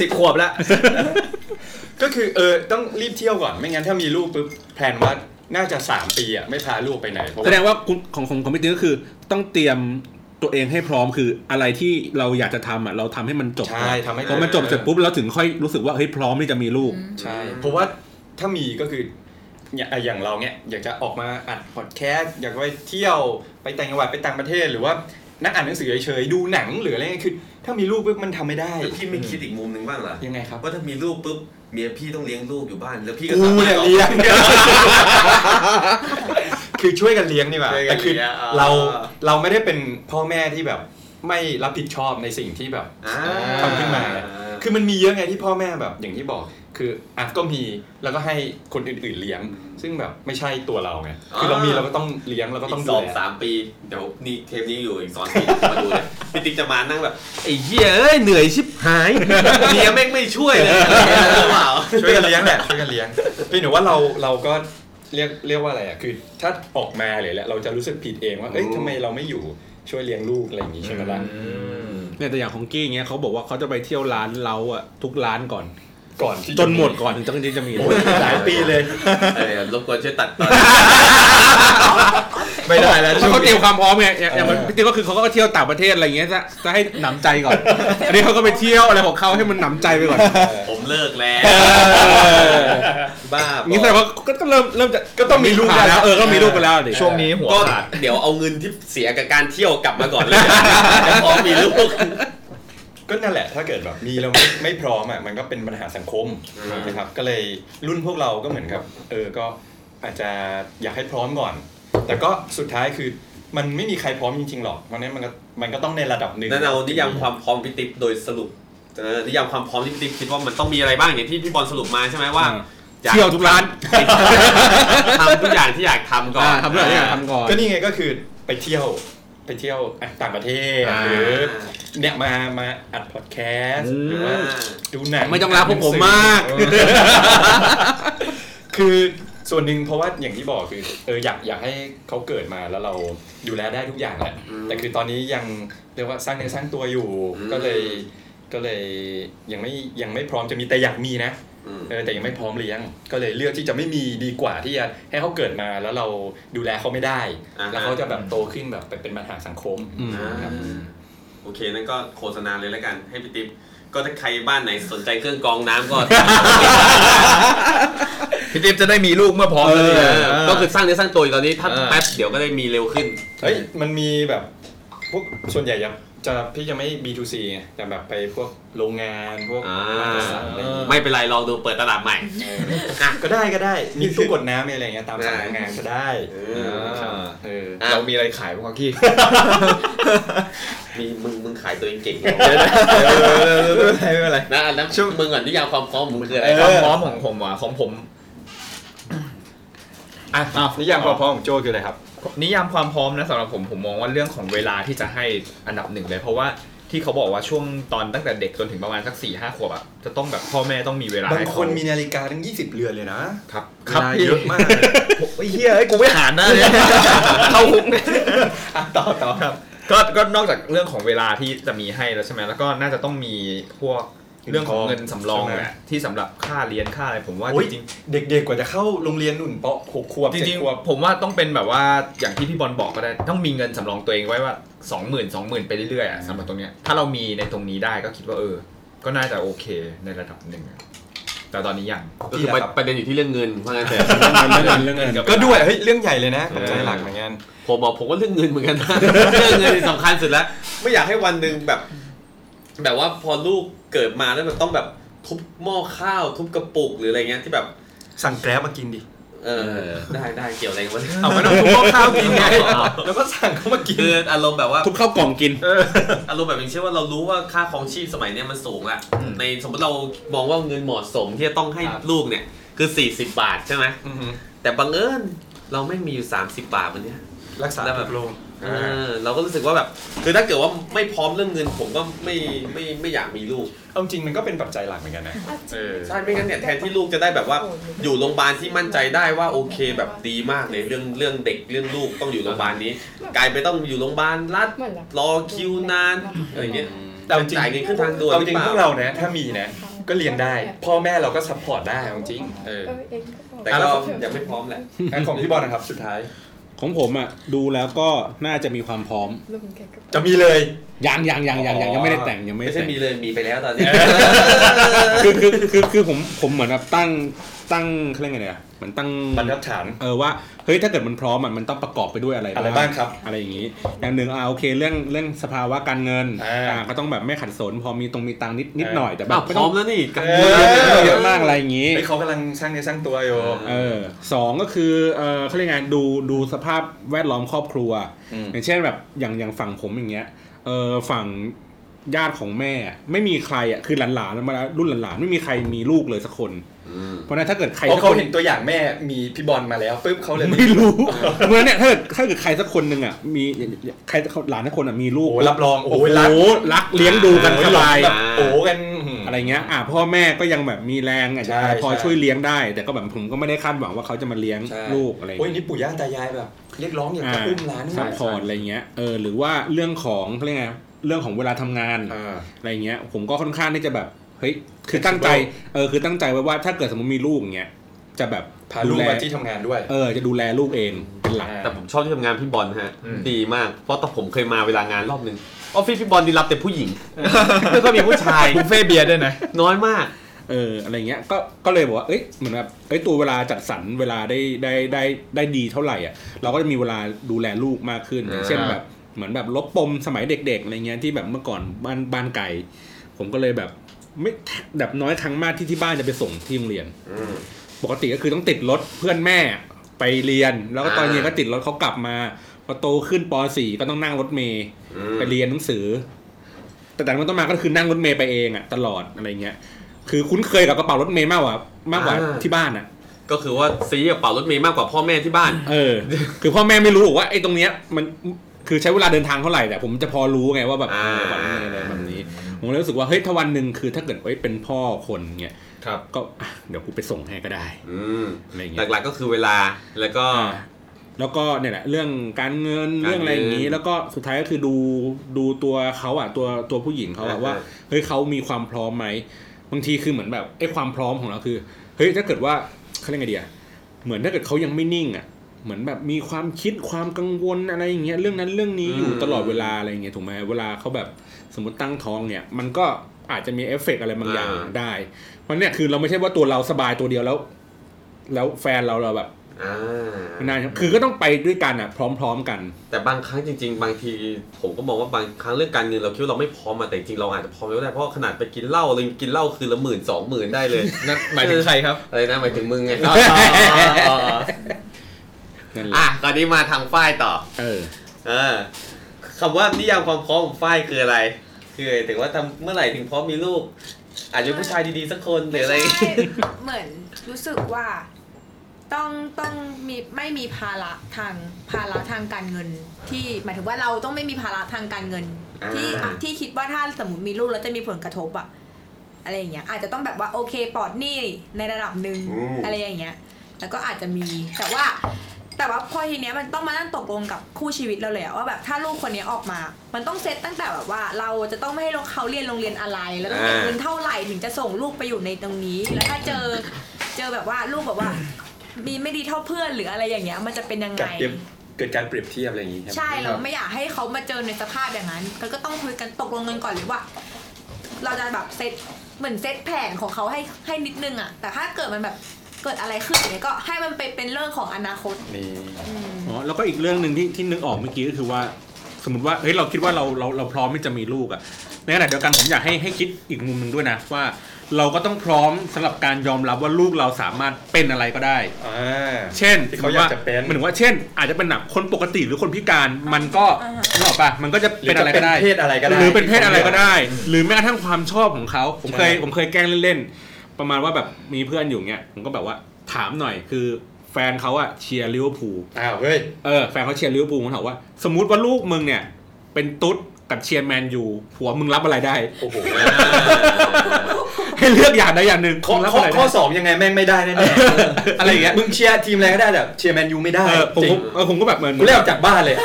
A: สิบขวบละ
B: ก็ ก็คือเออต้องรีบเที่ยวก่อนไม่งั้นถ้ามีลูกปุ๊บแผนว่าน่าจะสามปีอ่ะไม่พาลูกไปไหนเพราะ
C: แสด
B: ว่าง
C: ว่าคุณของของของพี่ติ๊กก็คือต้องเตรียมตัวเองให้พร้อมคืออะไรที่เราอยากจะทำอ่ะเราทำให้มันจบ
B: ใช่ทำให้
C: พอมันจบเสร็จปุ๊บเราถึงค่อยรู้สึกว่าเฮ้ยพร้อมที่จะมีลูก
B: ใช่เพราะว่าถ้ามีก็คือเนี่ยอ่ะอย่างเราเนี่ยอยากจะออกมาอัดพอดแคสต์อยากไปเที่ยวไปต่างจังหวัดไปต่างประเทศ หรือว่านั่งอ่านหนังสือเฉยๆดูหนังหรืออะไรเงี้ยคือ ถ้ามีลูกปุ๊บมันทำไม่ได้
F: แต่พี่ไม่คิดอีกมุมหนึ่งบ้างเหรอ
B: ยังไงครับ
F: ว่าถ้ามีลูกปุ๊บเมียพี่ต้องเลี้ยงลูกอยู่บ้านแล้วพี่ก็
B: กู
F: สามารถ
B: เนี่ยเลี้ยง คือช่วยกันเลี้ยงนี่หว่า
F: ช่วยกั
B: แต่
F: นเลี้
B: คือย
F: งอ่า
B: เราเราไม่ได้เป็นพ่อแม่ที่แบบไม่รับผิดชอบในสิ่งที่แบบ
F: อ่า
B: ทำขึ้นมา คือมันมีเยอะไงที่พ่อแม่แบบ อย่างที่บอก คืออ่ะก็มีแล้วก็ให้คนอื่นๆเลี้ยง ซึ่งแบบไม่ใช่ตัวเราไงคือเรามีเราก็ต้องเลี้ยงเราก็ต้
F: ต้
B: อ
F: องง
B: ดู
F: สอง
B: แล
F: สามปี เดี๋ยวนี่เทปนี้อยู่อีกสองปีมาดูเลยพี่ติ๊กจะมานั่งแบบไอ้เหี้ยเอ้ยเหนื่อยชิบหายเมียแม่งไม่ช่วยเลยหรือเปล่า
B: ช่วยกันเลี้ยงแหละช่วยกันเลี้ยงพี่หนูว่าเราเราก็เรียกเรียกว่าอะไรอ่ะคือ ถ้าออกมาเลยแหละเราจะรู้สึกผิดเองว่าเอ้ยทำไมเราไม่อยู่ช่วยเลี้ยงลูกอะไรอย่างงี้ใช่ไหมล่ะ
C: เนี่ยแต่อย่างของกี้เงี้ยเขาบอกว่าเขาจะไปเที่ยวร้านเล้าอ่ะทุกร้านก่อน
B: ก่อนที่
C: จนหมดก่อนถึงจะจริงๆจะมีลูก
F: หลายปีเลย เออรบกวนช่วยตัดตอน
A: ไม่ได้แล้วช่วง
C: เขาเตรี
A: นี้
C: ยมความพร้อมไงอย่างอย่างจริงก็คือเขาก็เที่ยวต่างประเทศอะไรเงี้ยจะจะให้หนำใจก่อน อันนี้เขาก็ไปเที่ยวอะไรของเขาให้มันหนำใจไปก่อน
F: ผมเลิกแล้ว บ้าบอ
C: งี้แสดงว่าก็ต้องเริ่มเริ่มจะก็ต้องมีลูกแล้วเออก็มีลูกไปแล้วดิ
A: ช่วงนี้หัว
F: ก็
A: ขาด
F: เดี๋ยวเอาเงินที่เสียกับการเที่ยวกลับมาก่อนเลยจะพอมีลูก
B: ก็นั่นแหละ ถ้าเกิดแบบมีเราไม่ไม่พร้อมอ่ะมันก็เป็นปัญหาสังคม
F: อืม
B: นะครับก็เลยรุ่นพวกเราก็เหมือนกับ เออก็อาจจะอยากให้พร้อมก่อน แต่ก็สุดท้ายคือมันไม่มีใครพร้อมจริงๆหรอกเพราะฉะนั้นมันก็มันก็ต้องในระดับหนึ่ง
F: นั่นเอานิยามความพร้อมพี่ติ๊บโดยสรุปเออนิยามความพร้อมที่พี่ติ๊บคิดว่ามันต้องมีอะไรบ้างอย่างที่พี่บอลสรุปมาใช่ไหมว่า
C: อืม
F: อยาก
C: เที่ยวทุกร้าน
F: ทำทุกอย่างที่อยากทำก่อน
C: อ่าทำเรื่องนี้ทำก่อน
B: ก็นี่ไงก็คือไปเที่ยวไปเที่ยวอ่ะต่างประเทศ
F: อ่า
B: หรือเนี่ยมามาอัดพอดแคสต์
C: อืม
B: หรือว่าดูหนัง
C: ไม่ต้องรักพวกผมมาก
B: เออคือส่วนหนึ่งเพราะว่าอย่างที่บอกคือเอออยากอยากให้เขาเกิดมาแล้วเราดูแลได้ทุกอย่างแหละแต่คือตอนนี้ยังเรียกว่าสร้างเนื้อสร้างตัวอยู่ก็เลยก็เลยยังไม่ยังไม่พร้อมจะมีแต่อยากมีนะ
F: อืม
B: เออแต่ยังไม่พร้อมเลี้ยง ก็เลยเลือกที่จะไม่มีดีกว่าที่จะให้เขาเกิดมาแล้วเราดูแลเขาไม่ได้
F: อ่าฮะ
B: แล้วเขาจะแบบโตขึ้นแบบไปเป็นปัญหาสังคม
C: อืม
B: ครับ
F: โอเค นั่นก็โฆษณาเลยแล้วกัน ให้พี่ติ๊บก็ถ้าใครบ้านไหนสนใจเครื่องกรองน้ำก็
A: พี่ติ๊บจะได้มีลูกเมื่อพร้อม
C: เอ
A: แล้ว
C: อ
A: เนี่ย
F: ก็คือสร้างเนื้อสร้างตัวอยู่ตอนนี้ ถ้า
A: เออ
F: แป๊บเดี๋ยวก็ได้มีเร็วขึ้น
B: เฮ้ยมันมีแบบพวกส่วนใหญ่จะจะพี่จะไม่ B2C ไงแต่แบบไปพวกโรงงานพวก
F: อ่า
B: ร้านจัดสรรอะไรอย่างงี้
F: ไม่เป็นไรลองดูเปิดตลาดใหม่
B: ก็ได้ก็ได้มีตู้กดน้ำมีอะไรอย่างเงี้ยตามสำนักงานก็ได้
F: เออ
B: ครับเออ
F: อ่ะ
A: เรามีอะไรขายบ้างวะกี้
F: มีมึงมึงขายตัวเองเก่ง
A: ไม่เป็นไร
F: นะอันนั้นช่วงมึงก่อนนิยามความพร้อมมึงคืออะไร
A: ความพร้อมของผมอ่ะของผม
B: อ่ะนิยามความพร้อมของโจคืออะไรครับ
A: นิยามความพร้อมนะสำหรับผมผมมองว่าเรื่องของเวลาที่จะให้อันดับหนึ่งเลย เพราะว่าที่เขาบอกว่าช่วงตอนตั้งแต่เด็กจนถึงประมาณสักสี่ห้าขวบอ่ะจะต้องแบบพ่อแม่ต้องมีเวลา
B: บาง
A: ให้เข
B: คนมีนาฬิกาทั้ง 20 เรือนเลยนะครับ
A: ครับ
B: เวลา
A: พี่
B: เยอะมาก
A: โอ้ยเฮียไอ้ยกูไม่หารนะเนี่ย เข้าคุกเนี่ย
B: อ่ะต่อต่อครับ
A: ก็ก็นอกจากเรื่องของเวลาที่จะมีให้แล้วใช่ไหมแล้วก็น่าจะต้องมีพวกเรื่องของเงินสำรองแหละที่สำหรับค่าเรียนค่าอะไรผมว่า
B: โอ้
A: จ
B: ย
A: ริงๆ
B: เด็กๆกว่าจะเข้าโรงเรียนหนุ่นเปาะหกขวบ
A: จ
B: เจ็
A: ริ
B: ด
A: ง
B: ขวบ
A: ๆผมว่าต้องเป็นแบบว่าอย่างที่พี่บอลบอกก็ได้ต้องมีเงินสำรองตัวเองไว้ว่า 2 0 0 0 0 2 0,000 ไปเรื่อยๆอะสำหรับตรงเนี้ยถ้าเรามีในตรงนี้ได้ก็คิดว่าเออ ก็น่าจะโอเคในระดับหนึ่งอะแต่ตอนนี้ยัง
F: ก็คือประเด็นอยู่ที่เรื่องเงินเพราะงั้นแต่
C: เรื่องเงินเรื่องเงิน
B: ก็ด้วยเฮ้ยเรื่องใหญ่เลยนะ
F: เออ
B: ปัจจัยหลักเหมือนกัน
F: ผมบอกผมก็เรื่องเงินเหมือนกันนะ เรื่องเงินสำคัญสุดแล้ว ไม่อยากให้วันหนึ่งแบบ แบบว่าพอลูกเกิดมาแล้วมันต้องแบบทุบหม้อข้าว ทุบกระปุกหรืออะไรเงี้ยที่แบบ
B: สั่งแกร็บมากินดิ
F: เออ ได้ได้เกี่ยวอะไรกันวะเนี่ย
B: เอาไม่ต้องทุบหม้อข้าวกินไงแล้วก็สั่งเขามากิน
F: คืออารมณ์แบบว่า
C: ทุบข้าวกล่องกิน
F: อารมณ์แบบอย่างเช่นว่าเรารู้ว่าค่าครองชีพสมัยเนี้ยมันสูงละ
A: อืม
F: ในสมมติเรามองว่าเงินเหมาะสมที่จะต้องให้ลูกเนี่ยคือ 40 บาทใช่ไหม
B: อหือ
F: แต่บังเอิญเราไม่มีอยู่ 30 บาทวันเนี้ย
B: รักษา
F: แล้วแบบ
B: โรง
F: เออเราก็รู้สึกว่าแบบคือถ้าเกิดว่าไม่พร้อมเรื่องเงินผมก็ไม่ไม่ไม่อยากมีลูก
B: เอาจริงมันก็เป็นปัจจัยหลักเหมือนกันนะเออ
F: ใช่ไม่งั้นเนี่ยแทนที่ลูกจะได้แบบว่าอยู่โรงพยาบาลที่มั่นใจได้ว่าโอเคแบบดีมากเลยเรื่องเรื่องเด็กเรื่องลูกต้องอยู่โรงพยาบาลนี้ กลายไปต้องอยู่โรงพยาบาลรัฐรอคิวนานอะไรเงี้ย
B: แต่เอาจริง
F: จ่ายเงินขึ้นทางด่วน
B: เอาจริง
F: ห
B: พ
F: ป
B: ว
F: ล่
B: กเรานะถ้ามีนะ ก็เรียนได้ พ่อแม่เราก็ซัพพอร์ตได้เอาจริงเออ
G: เองก็บอก
B: แต่
F: แต่
B: ก็
F: ก็ยังไม่พร้อมแหละ
B: งั้นของพี่บอลนะครับสุดท้าย
C: ของผมอ่ะดูแล้วก็น่าจะมีความพร้อม
G: ลูกของแกก็
B: จะมีเลย
C: ยังยังยังยังยังยังไม่ได้แต่งยังไม่
F: ไม่
C: ได้
F: ใช่
C: แต่ง
F: มีเลยมีไปแล้วตอนนี้
C: คือคือคือคือผมผมเหมือนแบบตั้งตั้งเขาเรียกไงเนี่ยเหมือนตั้ง
B: บรรทัดฐาน
C: เออว่าเฮ้ยถ้าเกิดมันพร้อมอะมันต้องประกอบไปด้วยอะไร
B: อะไรบ้างครับ
C: อะไรอย่างนี้อย่างหนึ่งอ่าโอเคเรื่องเรื่องสภาวะการเงิน
B: อ่า
C: ก็ต้องแบบไม่ขัดสน พอมีตรงมีตังค์นิดนิดหน่อยแต่แบ
D: อ้าว
C: บไม่
D: พร้
C: ต้
D: อ
C: อ
D: ม
C: ง
D: แล้วนี่กำลัง
C: ไม่ต้องเยอะมากอะไรอย่างนี้
B: เฮ้ยเขากำลังสร้างเนื้อสร้างตัวอยู่
C: เออสองก็คือเออเขาเรียกไงดูดูสภาพแวดล้อมครอบครัว
B: อืม
C: อย่างเช่นแบบอย่างอย่างฝั่งผมอย่างเงี้ยเออฝั่งญาติของแม่อะไม่มีใครอ่ะคือหลานๆมาแล้วรุ่นหลานๆไม่มีใครมีลูกเลยสักคน เพราะฉะนั้นถ้าเกิดใคร
B: เพราะ
C: สัก
B: เขา
C: คน
B: เห็นตัวอย่างแม่มีพี่บอลมาแล้วปุ๊บเขาเลย
C: ไม่รู้ เพราะฉะนั้นเนี่ยถ้าเกิดถ้าเกิดใครสักคนหนึ่งอ่ะมีใครหลานสักคนอ่ะมีลู
B: โอ้
C: ก
B: โหรับรองโอ้โหรัก
C: โอ้รักเลี้ยงดูกันสบาย
B: แบบโอ้โหกัน
C: อะไรเงี้ยอ่ะพ่อแม่ก็ยังแบบมีแรงอาจจะ
B: ใช่
C: พอ
B: ใช่
C: ช่วยเลี้ยงได้ แต่ก็แบบผมก็ไม่ได้คาดหวังว่าเขาจะมาเลี้ยง
B: ใช่
C: ลูกอะไรเงี้ย
B: โอ้ยนี่ปู่ย่าตายายแบบเรียกร้องอยาก
C: อ่า
B: จะอุ้มหลาน
C: ซัพพอร์ตอะไรเงี้ย เออ หรือว่าเรื่องของเขาเรียกไง เรื่องของเวลาทำงาน
B: อ่า
C: อะไรเงี้ย ผมก็ค่อนข้างที่จะแบบ เฮ้ย คือตั้งใจ เออ คือตั้งใจไว้ว่าถ้าเกิดสมมติมีลูกอย่างเงี้ย จะแบบ
B: พาลูก
C: ดูแ
B: มาที่ทำงานด้วย
C: เออ จะดูแลลูกเองเป็นหลัก
F: แต่ผมชอบที่ทำงานพี่บอลฮะ
A: อืม
F: ดีมาก เพราะตอนผมเคยมาเวลางานรอบหนึ่งออฟฟิศพี่บอลดีรับแต่ผู้หญิง ไม่ค่อยมีผู้ชาย
A: บุฟเฟ่ต์เบีย ร์ด้วยนะ
F: น้อยมาก
C: เออ อะไรเงี้ย ก็ ก็เลยบอกว่า เอ้ย เหมือนแบบ เอ้ย ตัวเวลาจัดสรรเวลาได้ได้ได้ได้ดีเท่าไหร่อ่ะ เราก็จะมีเวลาดูแลลูกมากขึ้น อย่างเช่น
F: อ่า
C: แบบ เหมือนแบบลบปมสมัยเด็กๆ อะไรเงี้ยที่แบบเมื่อก่อนบ้านบ้านไก่ ผมก็เลยแบบไม่แบบน้อยครั้งมากที่ที่บ้านจะไปส่งที่โรงเรียน ปกติก็คือต้องติดรถเพื่อนแม่ไปเรียน แล้วก็ตอนเย็นก็ติดรถเขากลับมาพอโตขึ้นป .4 ก็ต้องนั่งรถเมย์ไปเรียนหนังสือ แต่แต่มันต้องมาก็คือนั่งรถเมย์ไปเองอะตลอดอะไรเงี้ย คือคุ้นเคยกับกระเป๋ารถเมย์มากกว่ามากกว่า
F: อ่า
C: ที่บ้านอะ
F: ก็คือว่าซีกับเป่ารถเมย์มากกว่าพ่อแม่ที่บ้าน
C: เออ คือพ่อแม่ไม่รู้หรอกว่าไอ้ตรงเนี้ยมันคือใช้เวลาเดินทางเท่าไหร่แต่ผมจะพอรู้ไงว่าแบบ
F: อ่า
C: กระเป๋ารถเมย์อะไรแบบนี้ผมเลยรู้สึกว่าเฮ้ยถ้าวันหนึ่งคือถ้าเกิดเอ้ยเป็นพ่อคนเงี้ย
A: ครับ
C: ก็อ่ะเดี๋ยวกูไปส่งให้ก็ได้
F: อืม
C: อะไรเงี้ย
F: หลักๆก็คือเวลาแล้วก็
C: แล้วก็เนี่ยแหละเรื่องการเงิน
F: การเงิน
C: เรื่องอะไรอย่างนี้ แล้วก็สุดท้ายก็คือดูดูตัวเขาอ่ะตัวตัวผู้หญิงเขาอ่ะ
F: อ่าฮะ
C: ว่าเฮ้ยเขามีความพร้อมไหมบางทีคือเหมือนแบบไอ้ความพร้อมของเราคือเฮ้ยถ้าเกิดว่าเขาเรียกไงดีอะเหมือนถ้าเกิดเขายังไม่นิ่งอ่ะเหมือนแบบมีความคิดความกังวลอะไรอย่างเงี้ยเรื่องนั้นเรื่องนี้อยู่ตลอดเวลาอะไรอย่างเงี้ยถูกไหมเวลาเขาแบบสมมติตั้งท้องเนี่ย มันก็อาจจะมีเอฟเฟกต์อะไรบางอย่างได้เพราะเนี่ยคือเราไม่ใช่ว่าตัวเราสบายตัวเดียวแล้ว แล้วแฟนเราเราแบบ
F: อ่า
C: นานครับคือก็ต้องไปด้วยกันอ่ะ พร้อมๆกัน
F: แต่บางครั้งจริง ๆ บางทีผมก็มองว่าบางครั้งเรื่องการเงินเราคิดว่าเราไม่พร้อมมาแต่จริงๆเราอาจจะพร้อมแล้วก็ได้เพราะขนาดไปกินเหล้าเลยงกินเหล้าคืนละหมื่นสองหมื่นได้เลย
A: นั่นหมายถึงใครครับ
F: อะไรนะหมายถึงมึงไง
C: อ๋ออ๋ออ๋ออ๋อ นั่นแหละ
F: อ่ะตอนนี้มาทางฝ้ายต่อ
C: เออ
F: เออคำว่านิยามความพร้อมของฝ้ายคืออะไร คือถึงว่าทำเมื่อไหร่ถึงพร้อมมีลูก อาจจะเป็นผู้ชายดีๆสักคนหรืออะไร
E: ใช่ เหมือนรู้สึกว่า ต้องต้องมีไม่มีภาระทางภาระทางการเงิน ที่หมายถึงว่าเราต้องไม่มีภาระทางการเงิน ที่
F: อ่า
E: ที่คิดว่าถ้าสมมติมีลูกแล้วจะมีผลกระทบอะอะไรอย่างเงี้ยอาจจะต้องแบบว่าโอเคปลอดหนี้ในระดับหนึ่งอะไรอย่างเงี้ย แล้วก็อาจจะมีแต่ว่า แต่ว่าพอทีเนี้ยมันต้องมานั่งตกลงกับคู่ชีวิตเราเลยอะว่าแบบถ้าลูกคนเนี้ยออกมา มันต้องเซตตั้งแต่แบบว่า เราจะต้องไม่ให้เขาเรียนโรงเรียนอะไร แล้วต้องเก็บเงินเท่าไหร่ถึงจะส่งลูกไปอยู่ในตรงนี้ แล้วถ้าเจอเจอแบบว่าลูกแบบว่า มีไม่ดีเท่าเพื่อนหรืออะไรอย่างเงี้ยมันจะเป็นยังไง
B: กัดเตรียมเกิดการเปรียบเทียบอะไรอย่างนี้ครับ
E: ใช่เราไม่อยากให้เขามาเจอในสภาพอย่างนั้นก็ก็ต้องคุยกันตกลงกันก่อนเลยว่า เราจะแบบเซตเหมือนเซตแผนของเขาให้ให้นิดนึงอะแต่ถ้าเกิดมันแบบเกิดอะไรขึ้นอย่างเงี้ยก็ให้มันไปเป็นเรื่องของอนาคต
B: นี่
E: อืม
C: อ๋อ แล้วก็อีกเรื่องหนึ่งที่ที่นึกออกเมื่อกี้ก็คือว่า สมมติว่า เฮ้ย เราคิดว่าเราเราเราพร้อมที่จะมีลูกอะในขณะเดียวกันผมอยากให้ให้คิดอีกมุมหนึ่งด้วยนะว่า เราก็ต้องพร้อมสำหรับการยอมรับว่าลูกเราสามารถเป็นอะไรก็ได้
B: อ่า
C: เช่น
B: ที่เขาอยากจะเป็น
C: หมายถึงว่า เช่น อาจจะเป็นแบบคนปกติหรือคนพิการ มันก็
E: อ่าฮะ
C: นึกออกปะมันก็จะ
B: หรื
C: เป็
B: อน จะ
C: อะไร
B: เป็
C: ก็
B: น
C: ได้
B: เพศอะไรก็ได้
C: หรือเป็นเพศอะไรก็ได้ หรือแม้กระทั่งความชอบของเขาผมเคย
B: ใช่
C: ผมเคยแกล้งเล่นๆ ประมาณว่าแบบมีเพื่อนอยู่เงี้ยผมก็แบบว่าถามหน่อยคือแฟนเขาอะเชียร์ลิเวอร์พูล
B: อ้าวเฮ้ย
C: เออแฟนเขาเชียร์ลิเวอร์พูลผมถามว่า สมมุติว่าลูกมึงเนี่ย เป็นตุ๊ด กับเชียร์แมนยูผัวมึงรับอะไรได้
B: โอ้โห
C: ให้เลือกอย่างใดอย่างหนึ่ง
B: ข้อ
C: มึงรับ
B: ข้อ
C: อะไร
B: ข้
C: ได้
B: อสอบยังไงแม่งไม่ได้แน่ๆ
C: อะไรอย่างเงี้ย
B: มึงเชียร์ทีมอะไรก็ได้แต่เชียร์แมนยูไม่ได้
C: เออผม
B: จริ
C: ก็
B: ง
C: เออผมก็แบบเหมือน
B: กูเล่นออกจากบ้านเลย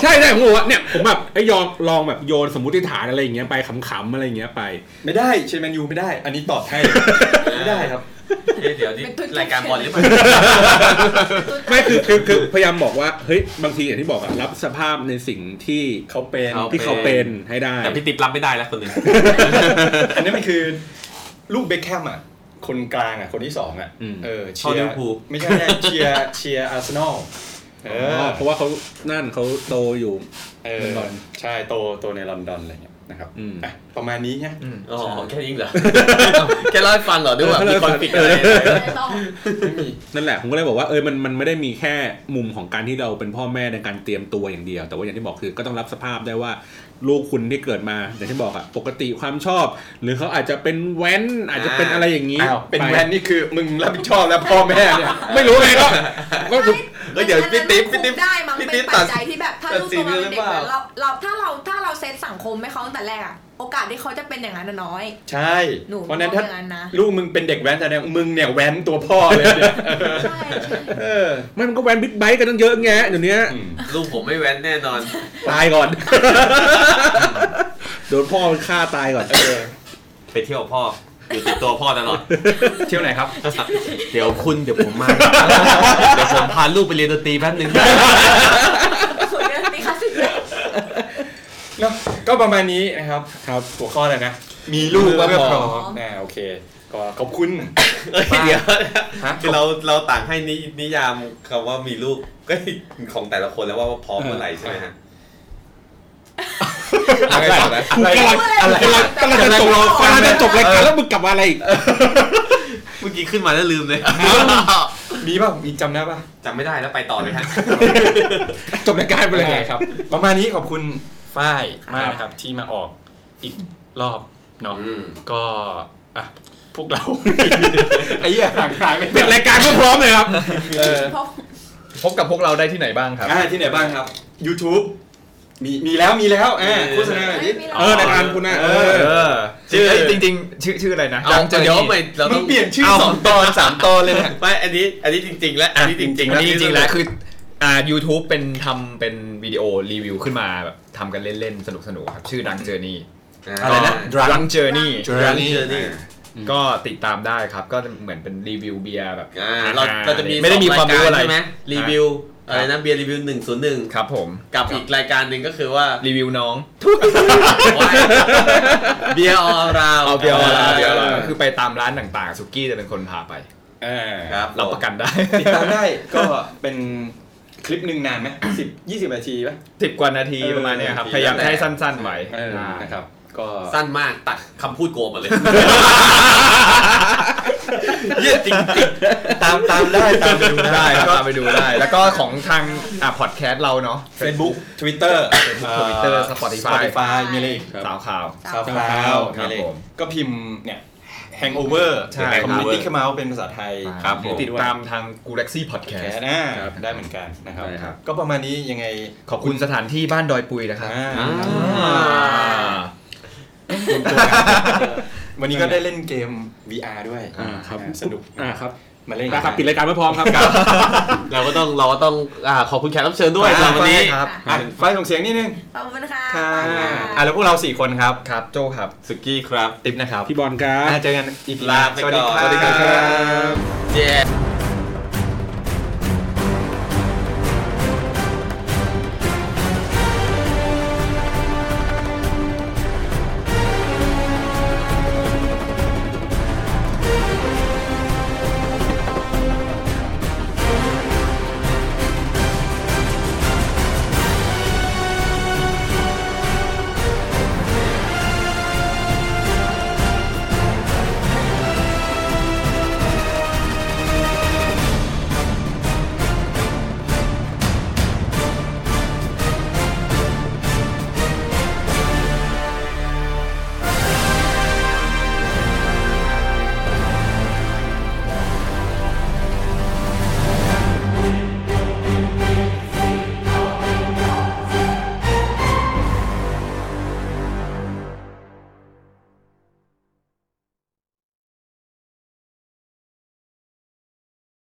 C: ใช่ใช่ผมบอกว่าเนี่ยผมแบบไอ้ยองลองแบบโยนสมมติฐานอะไรอย่างเงี้ยไปขำๆอะไรอย่างเงี้ยไป
B: ไม่ได้เชียร์แมนยูไม่ได้ อันนี้ตอบให้ไม่ได้ครับ
F: เอ๊ะเดี๋ยวนี่รายการบอลหรือเปล่า
C: ไม่คือคือคือพยายามบอกว่าเฮ้ยบางทีอย่างที่บอกอะรับสภาพในสิ่งที่
B: เขาเป็น
F: ครับ
C: ที่เขาเป็นให้ได้
F: แต่พี่ติ๊บรับไม่ได้แล้วคนหนึ่ง
B: อันนี้มันคือลูกเบคแฮมอ่ะ คนกลางอ่ะ คนที่สองอ่ะ
C: อืม
B: เออเชี
F: เข้าลิ
B: ย
F: เวอ
B: ร์
F: ร์พูล
B: ไม่ใช่เชียร์เชียร์อาร์เซนอลเอ
C: อ๋
B: อ
C: อเพราะว่าเขานั่นเขาโตอยู่
B: เอ
C: ล
B: อ
C: อนดอน
B: ใช่โตโตในลอนดอนอะไรเงี้ยนะครับ
C: อืม
B: อ่ะประมาณนี้เนี่ย
F: อ๋อแค่นี้เหรอ แค่เล่าให้ฟังเหรอด้วยว่ามีคอนฟ lict อะไร
E: ไม่ต้อง
B: ไม่มี
C: นั่นแหละผมก็เลยบอกว่าเออมันมันไม่ได้มีแค่มุมของการที่เราเป็นพ่อแม่ในการเตรียมตัวอย่างเดียว แต่ว่าอย่างที่บอกคือก็ต้องรับสภาพได้ว่าลูกคุณที่เกิดมาอย่างที่บอกอะปกติความชอบ หรือเขาอาจจะเป็นแว้นอาจจะเป็นอะไรอย่างนี้
B: อ้าวเป็น
C: ไ
B: แวนนี่คือมึงรับผิดชอบแล้วพ่อแม่เนี่ย
C: ไม่รู้ไงก็ก็คือ
F: เฮ้ยเดี๋ยวพี่ติ๊บพี่ติ๊บ
E: ได้มั้ง
F: ติ๊
E: เป็น
F: บตั
E: ปั
F: ด
E: จจัยที่แบบถ้า
F: ตัด
E: ลูก
F: สิน
E: ตัวเราเป็
F: เลยหรือ
E: นเด็ก
F: เปล่า
E: เราเราถ้าเราถ้าเราเซตสังคมให้เขาตั้งแต่แรกอะโอกาสที่เขาจะเป็นอย่างนั้นน่ะน้อย
B: ใช่
E: หนู
B: เพราะฉะนั้นถ้า
E: ไม่ว่าอย่างนั้นนะ
B: ลูกมึงเป็นเด็กแว้นแสดงมึงเนี่ยแว้นตัวพ่อเลยเนี่ย
E: ใช่ใช่
B: เออ
C: ไมันก็แวนบิ๊กไบค์กันตั้งเยอะแงะเดี๋ยวนี้
F: ลูกผมไม่แว้นแน่นอน
C: ตายก่อน โดนพ่อมันฆ่าตายก่อน
F: ไปเที่ยวกับพ่ออยู่ติดตัวพ่อตลอด
B: เที่ยวไหนครับ
F: เดี๋ยวคุณเดี๋ยวผมมา เดี๋ยวผมพาลูกไปเรียนดนตรีแป๊บนึง
E: ส่วนเรื่องนี้ค่ะสิ
B: เนอะก็ประมาณนี้นะครับ
C: ครับ
B: หัวข้ออะไรนะ มีลูก
F: เพื่อ
B: เพื่อพ
F: พร้
B: ร้อ
F: อม
B: มอ่าโอเค ก็ขอบ คุณ
F: เอ้ยเดี๋ยว
B: ฮะ
F: คือเราเราต่างให้นินยามคำว่ามีลูกก็ของแต่ละคนแล้วว่าพร้อมเมื่อไหร่ใช่ไหมฮะ
B: อะไรต่อนะ
C: กูกำลังกำลังกำลังจะจบกำลังจะจบรายการแล้วมึงกลับมาอะไรอีก
F: เมื่อกี้ขึ้นมาแล้วลืมเลย
B: มีป่ะมีจำได้ป่ะ
F: จำไม่ได้แล้วไปต่อเลยฮะ
C: จบรายการไปเลย
B: ด้ครับ ประมาณนี้ขอบคุณฝ้ายมากนะครับ ที่มาออกอีกรอบเนาะ
F: อืม
B: ก็อ่ะพวกเรา ไอ้เหี้ยห่างหายไป
C: ปิดรายการก็พร้อมเลยครับ
B: เออ
E: เพราะ
A: พบกับพวกเราได้ที่ไหนบ้างครับ
B: อ่าที่ไหนบ้างครับ YouTube มีมีแล้วมีแล้วอ่าโฆษณาหน่อยดิ
C: เออรายการคุณน่ะเออ
A: เออ
F: ชื่อ
A: เยจริงๆ ชื่อชื่ออะไรนะ
F: เอา
A: จะ
F: เดี๋ยวไปเรา
B: มึ
F: ต้อง ง
B: เปลี่ยนชื่อ
A: เอา
B: ส
A: ส
B: อ
A: อง งตอนสามตอนเลยเนี่ย
F: ไม่อันนี้ อันนี้จริง ๆ และอันนี้จริง ๆ
A: อั
F: แล้ว
A: น นี้จริงๆแล้วคืออ่า YouTube เป็นทำเป็นวิดีโอรีวิวขึ้นมาแบบทำกันเล่นๆ สนุกๆครับ ชื่อ Drunk Journey
B: อะไรนะ
A: Drunk Journey
B: Journey
F: เจอนี่
A: ก็ติดตามได้ครับ ก็เหมือนเป็นรีวิวเบียร์แบบ
F: อ่าเราเราจะมี
A: ไม่ได้มีความรู้อะไร
F: สงยกใช่ไหมรีวิวอะไรนะเบียร์รีวิวหนึ่งศูนย์หนึ่ง
A: ครับผม
F: กับอีกรายการหนึ่งก็คือว่า
A: รีวิวน้อง
F: เบียร์ออราว
A: เอาเบียร์มา
B: เบี
A: เบี
B: ย
A: ย
B: ร์
A: ร์
B: มา
A: มาคือไปตามร้านต่างๆสุกี้จะเป็นคนพาไป
B: อ่า
F: ครับ
A: รับประกันได้
B: ติดตามได้ ก็เป็นคลิปหนึ่งนานไหมสิบยี่สิบนาทีป่ะ
A: สิบกว่านาทีประมาณเนี้ยครับ พยายามให้สั้นๆไว้
B: เออนะครับ ก็
F: สั้นมากตัดคำพูดโกงหมาเลยเยี่ยจริงจริง
B: ตามตามได้ตามไปดู
A: ได้
B: ได้
A: ก็ไปดูได้ แล้วก็ของทางอ่ะพอดแคสต์เราเนาะ
B: เฟซบุ๊กทวิตเตอร์
A: Twitter Spotify
B: มีอะไรอีกครับ
A: สาวข่าว
B: ซาวคลา
A: ครับ
B: ว
A: ผม
B: มีอะไรอีกก็พิมพ์เนี่ย Hangover
A: ใช่
B: คอมมิตี้ขมาวเป็นภาษาไทย
A: หรือติดตามทาง g ู l ล็กซี่พอดแค
B: แค
A: ส
B: ส
A: ต์
B: อ่าได้เหมือนกันนะครับ
A: ได้ครับ
B: ก็ประมาณนี้ยังไง
A: ขอบคุณสถานที่บ้านดอยปุยนะครับ
B: อ่า
A: อ่า
B: วันนี้ก็ได้เล่นเกม VR ด้วย
C: อ่าครับ
B: สนุก
C: อ่าครับ
B: มาเล่น
C: นะครับปิด
B: เล่น
C: รายการไม่พร้อมครับ
F: เราก็ต้องเราก็ต้องอ่าขอบคุณแขกรับเชิญด้วยสำหรับวันนี้
A: ครับ
B: อ่ะไฟส่งเสียงนิดนึง
E: ขอบคุณค่ะ
B: ค่ะอ่ะแล้วพวกเราสี่คนครับ
A: ครับโจครับ
F: สุกี้ครับ
B: ติ๊บนะครับ
C: พี่บอลครับ
B: อ่ะเจอกันอีก
F: ลาไป
B: สวัส
F: ก่
B: ดี
F: อน
B: ครับ
F: เย้